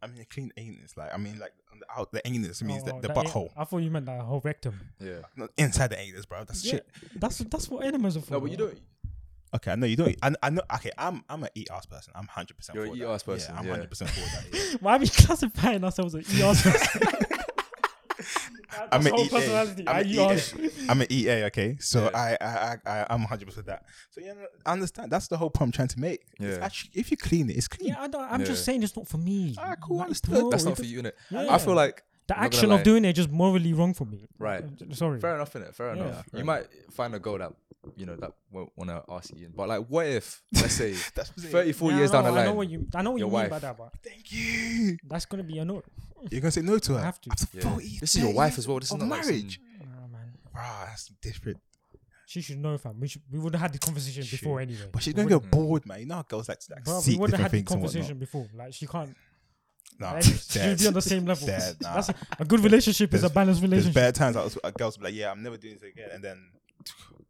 Speaker 3: I mean, a clean anus. Like, I mean, like on the out the anus means
Speaker 2: Oh,
Speaker 3: the,
Speaker 2: oh,
Speaker 3: the
Speaker 2: that-
Speaker 3: butthole,
Speaker 2: I thought you meant that whole rectum.
Speaker 1: yeah.
Speaker 3: not inside the anus, bro. That's
Speaker 2: Yeah,
Speaker 3: shit.
Speaker 2: That's that's what enemas are for.
Speaker 1: No, but you
Speaker 2: bro.
Speaker 1: don't.
Speaker 3: Okay, I know you don't. I, I know. Okay, I'm I'm an eat ass person. I'm hundred percent.
Speaker 1: You're
Speaker 3: for
Speaker 1: an eat
Speaker 3: that.
Speaker 1: ass person,
Speaker 3: I'm
Speaker 1: yeah.
Speaker 3: hundred percent for that. yeah.
Speaker 2: Why are we classifying ourselves as ER?
Speaker 3: I'm
Speaker 2: E That's
Speaker 3: an
Speaker 2: whole
Speaker 3: EA.
Speaker 2: personality.
Speaker 3: I'm
Speaker 2: I-
Speaker 3: an
Speaker 2: you E
Speaker 3: EA.
Speaker 2: are-
Speaker 3: I'm an EA, E okay? So
Speaker 1: Yeah.
Speaker 3: I, I, I, I, I'm 100% that. So, you know, I understand. That's the whole point I'm trying to make. It's
Speaker 1: Yeah.
Speaker 3: actually, if you clean it, it's clean.
Speaker 2: Yeah, I don't, I'm
Speaker 1: Yeah.
Speaker 2: just saying it's not for me.
Speaker 3: Ah, cool,
Speaker 2: Like,
Speaker 3: understood.
Speaker 2: bro,
Speaker 1: That's
Speaker 2: it
Speaker 1: not for
Speaker 2: just-
Speaker 1: you, innit?
Speaker 2: Yeah.
Speaker 1: I feel like
Speaker 2: the
Speaker 1: not gonna
Speaker 2: action
Speaker 1: lie.
Speaker 2: of doing it is just morally wrong for me.
Speaker 1: Right.
Speaker 2: I'm sorry.
Speaker 1: fair enough, innit? Fair
Speaker 2: Yeah.
Speaker 1: enough.
Speaker 3: Fair
Speaker 1: you might find a girl that you know that won't want to ask you, in. but like, what if let's say
Speaker 3: That's what I'm saying.
Speaker 1: thirty four
Speaker 2: Yeah, I
Speaker 1: years down
Speaker 2: know-
Speaker 1: the line,
Speaker 2: I know what you, I know what you
Speaker 1: your
Speaker 2: mean by
Speaker 1: wife-
Speaker 2: that, but
Speaker 3: Thank you.
Speaker 2: that's gonna be a no.
Speaker 3: You're going to say no to her.
Speaker 2: have to.
Speaker 3: After
Speaker 1: Yeah.
Speaker 3: 40,
Speaker 1: This is your
Speaker 3: 30
Speaker 1: wife as well. This is
Speaker 3: of
Speaker 1: not like some-
Speaker 3: marriage.
Speaker 2: Nah, man.
Speaker 3: Bruh, that's different.
Speaker 2: She should know, fam. We should, we would have had the conversation
Speaker 3: She-
Speaker 2: before anyway.
Speaker 3: But she's going to
Speaker 1: wouldn't-
Speaker 3: get bored, man. You know how girls like to like,
Speaker 2: Bro, we
Speaker 3: seek
Speaker 2: would have
Speaker 3: different
Speaker 2: had the
Speaker 3: things and
Speaker 2: conversation
Speaker 3: whatnot.
Speaker 2: before. Like she can't.
Speaker 3: Nah,
Speaker 2: like, she should be on the same level.
Speaker 3: Dead, nah.
Speaker 2: That's a, a good relationship is a
Speaker 3: There's-
Speaker 2: balanced
Speaker 3: There's
Speaker 2: relationship.
Speaker 3: bad times I was, uh, girls be like, yeah, I'm never doing this again. And then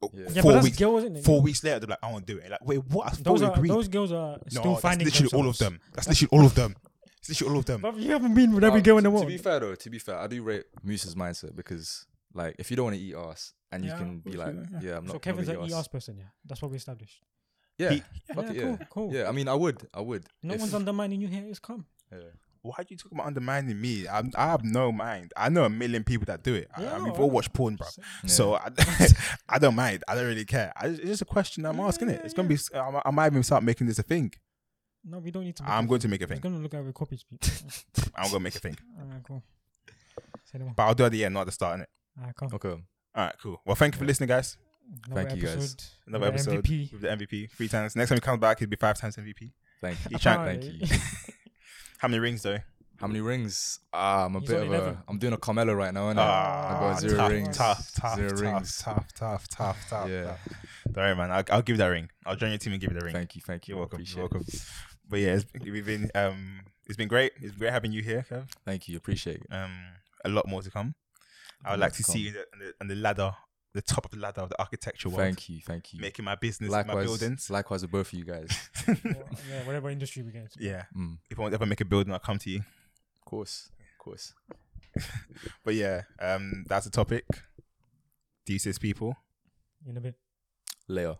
Speaker 3: oh,
Speaker 1: Yeah. Yeah,
Speaker 2: yeah, but
Speaker 3: four,
Speaker 2: that's
Speaker 3: weeks,
Speaker 2: girls, isn't it?
Speaker 3: four weeks later, they're like, I want to do it. Like, wait, what? I thought
Speaker 2: Those
Speaker 3: we
Speaker 2: are
Speaker 3: agreed.
Speaker 2: those girls are still
Speaker 3: no, that's
Speaker 2: finding
Speaker 3: literally all of
Speaker 2: themselves.
Speaker 3: them. That's literally all of them. It's literally all of them.
Speaker 2: Bro, you haven't been with every
Speaker 1: Um,
Speaker 2: girl in the
Speaker 1: to-
Speaker 2: world.
Speaker 1: To be fair though, to be fair, I do rate Moose's mindset because like if you don't want to eat ass and you
Speaker 2: Yeah,
Speaker 1: can be
Speaker 3: course,
Speaker 1: like,
Speaker 3: yeah,
Speaker 1: yeah, I'm not. gonna
Speaker 2: so Kevin's
Speaker 1: eat
Speaker 2: an
Speaker 1: ass.
Speaker 2: ER ass person, yeah. That's what we established.
Speaker 1: Yeah,
Speaker 3: He-
Speaker 1: fuck
Speaker 2: yeah,
Speaker 1: it, yeah.
Speaker 2: cool, cool.
Speaker 1: Yeah, I mean, I would, I would.
Speaker 2: No
Speaker 1: if-
Speaker 2: one's undermining you here. It's calm.
Speaker 1: yeah.
Speaker 3: Why are you talking about undermining me? I'm, I have no mind. I know a million people that do it. I-
Speaker 2: Yeah,
Speaker 3: I, mean, we've
Speaker 2: no,
Speaker 3: all watched porn, bro.
Speaker 1: Yeah.
Speaker 3: So I, I don't mind. I don't really care. I, it's just a question I'm asking it. It's gonna be. I, I might even start making this a thing.
Speaker 2: No, we don't need to.
Speaker 3: I'm going to make a
Speaker 2: It's
Speaker 3: thing.
Speaker 2: gonna look like we're copies. people.
Speaker 3: I'm gonna make a thing.
Speaker 2: Alright, cool. Say no more.
Speaker 3: But I'll do it at the end, not at the start. Innit?
Speaker 2: Alright, calm.
Speaker 1: Okay.
Speaker 3: All right, cool. Well, thank you for listening, guys.
Speaker 2: Another
Speaker 1: Thank you, guys.
Speaker 2: Another
Speaker 3: Another episode
Speaker 2: MVP.
Speaker 3: with the MVP three times. Next time he comes back, he'll be five times MVP.
Speaker 1: Thank you.
Speaker 3: Each hand.
Speaker 1: Thank
Speaker 2: Alright.
Speaker 1: you.
Speaker 3: How many rings though?
Speaker 1: How many rings? Ah, I'm a
Speaker 2: He's
Speaker 1: bit
Speaker 2: on
Speaker 1: of
Speaker 2: 11.
Speaker 1: a. I'm doing a Carmelo right now, and
Speaker 3: Ah,
Speaker 1: I got zero
Speaker 3: tough,
Speaker 1: rings.
Speaker 3: Tough, tough,
Speaker 1: zero
Speaker 3: tough,
Speaker 1: rings.
Speaker 3: tough, tough, tough, tough.
Speaker 1: Yeah.
Speaker 3: tough. Don't worry, man. I'll, I'll give you that ring. I'll join your team and give you the ring.
Speaker 1: Thank you, thank you.
Speaker 3: You're
Speaker 1: I
Speaker 3: welcome.
Speaker 1: appreciate
Speaker 3: You're
Speaker 1: it.
Speaker 3: welcome. But yeah, it's, we've been um, it's been great. It's great having you here, Kev.
Speaker 1: Thank you. Appreciate it.
Speaker 3: Um, a lot more to come. I would
Speaker 1: Lot
Speaker 3: like
Speaker 1: to
Speaker 3: to see
Speaker 1: come.
Speaker 3: you in the, in the, on the ladder, the top of the ladder of the architecture world,
Speaker 1: Thank you, thank you.
Speaker 3: making my business, my
Speaker 1: Likewise,
Speaker 3: buildings.
Speaker 1: likewise with both of you guys.
Speaker 2: Well, yeah, whatever industry we get into.
Speaker 3: yeah,
Speaker 1: Mm, of
Speaker 3: if I ever make a building, I'll come to you.
Speaker 1: course, of course.
Speaker 3: But yeah, um, that's the topic. Deuces, people.
Speaker 2: In a bit.
Speaker 1: Later.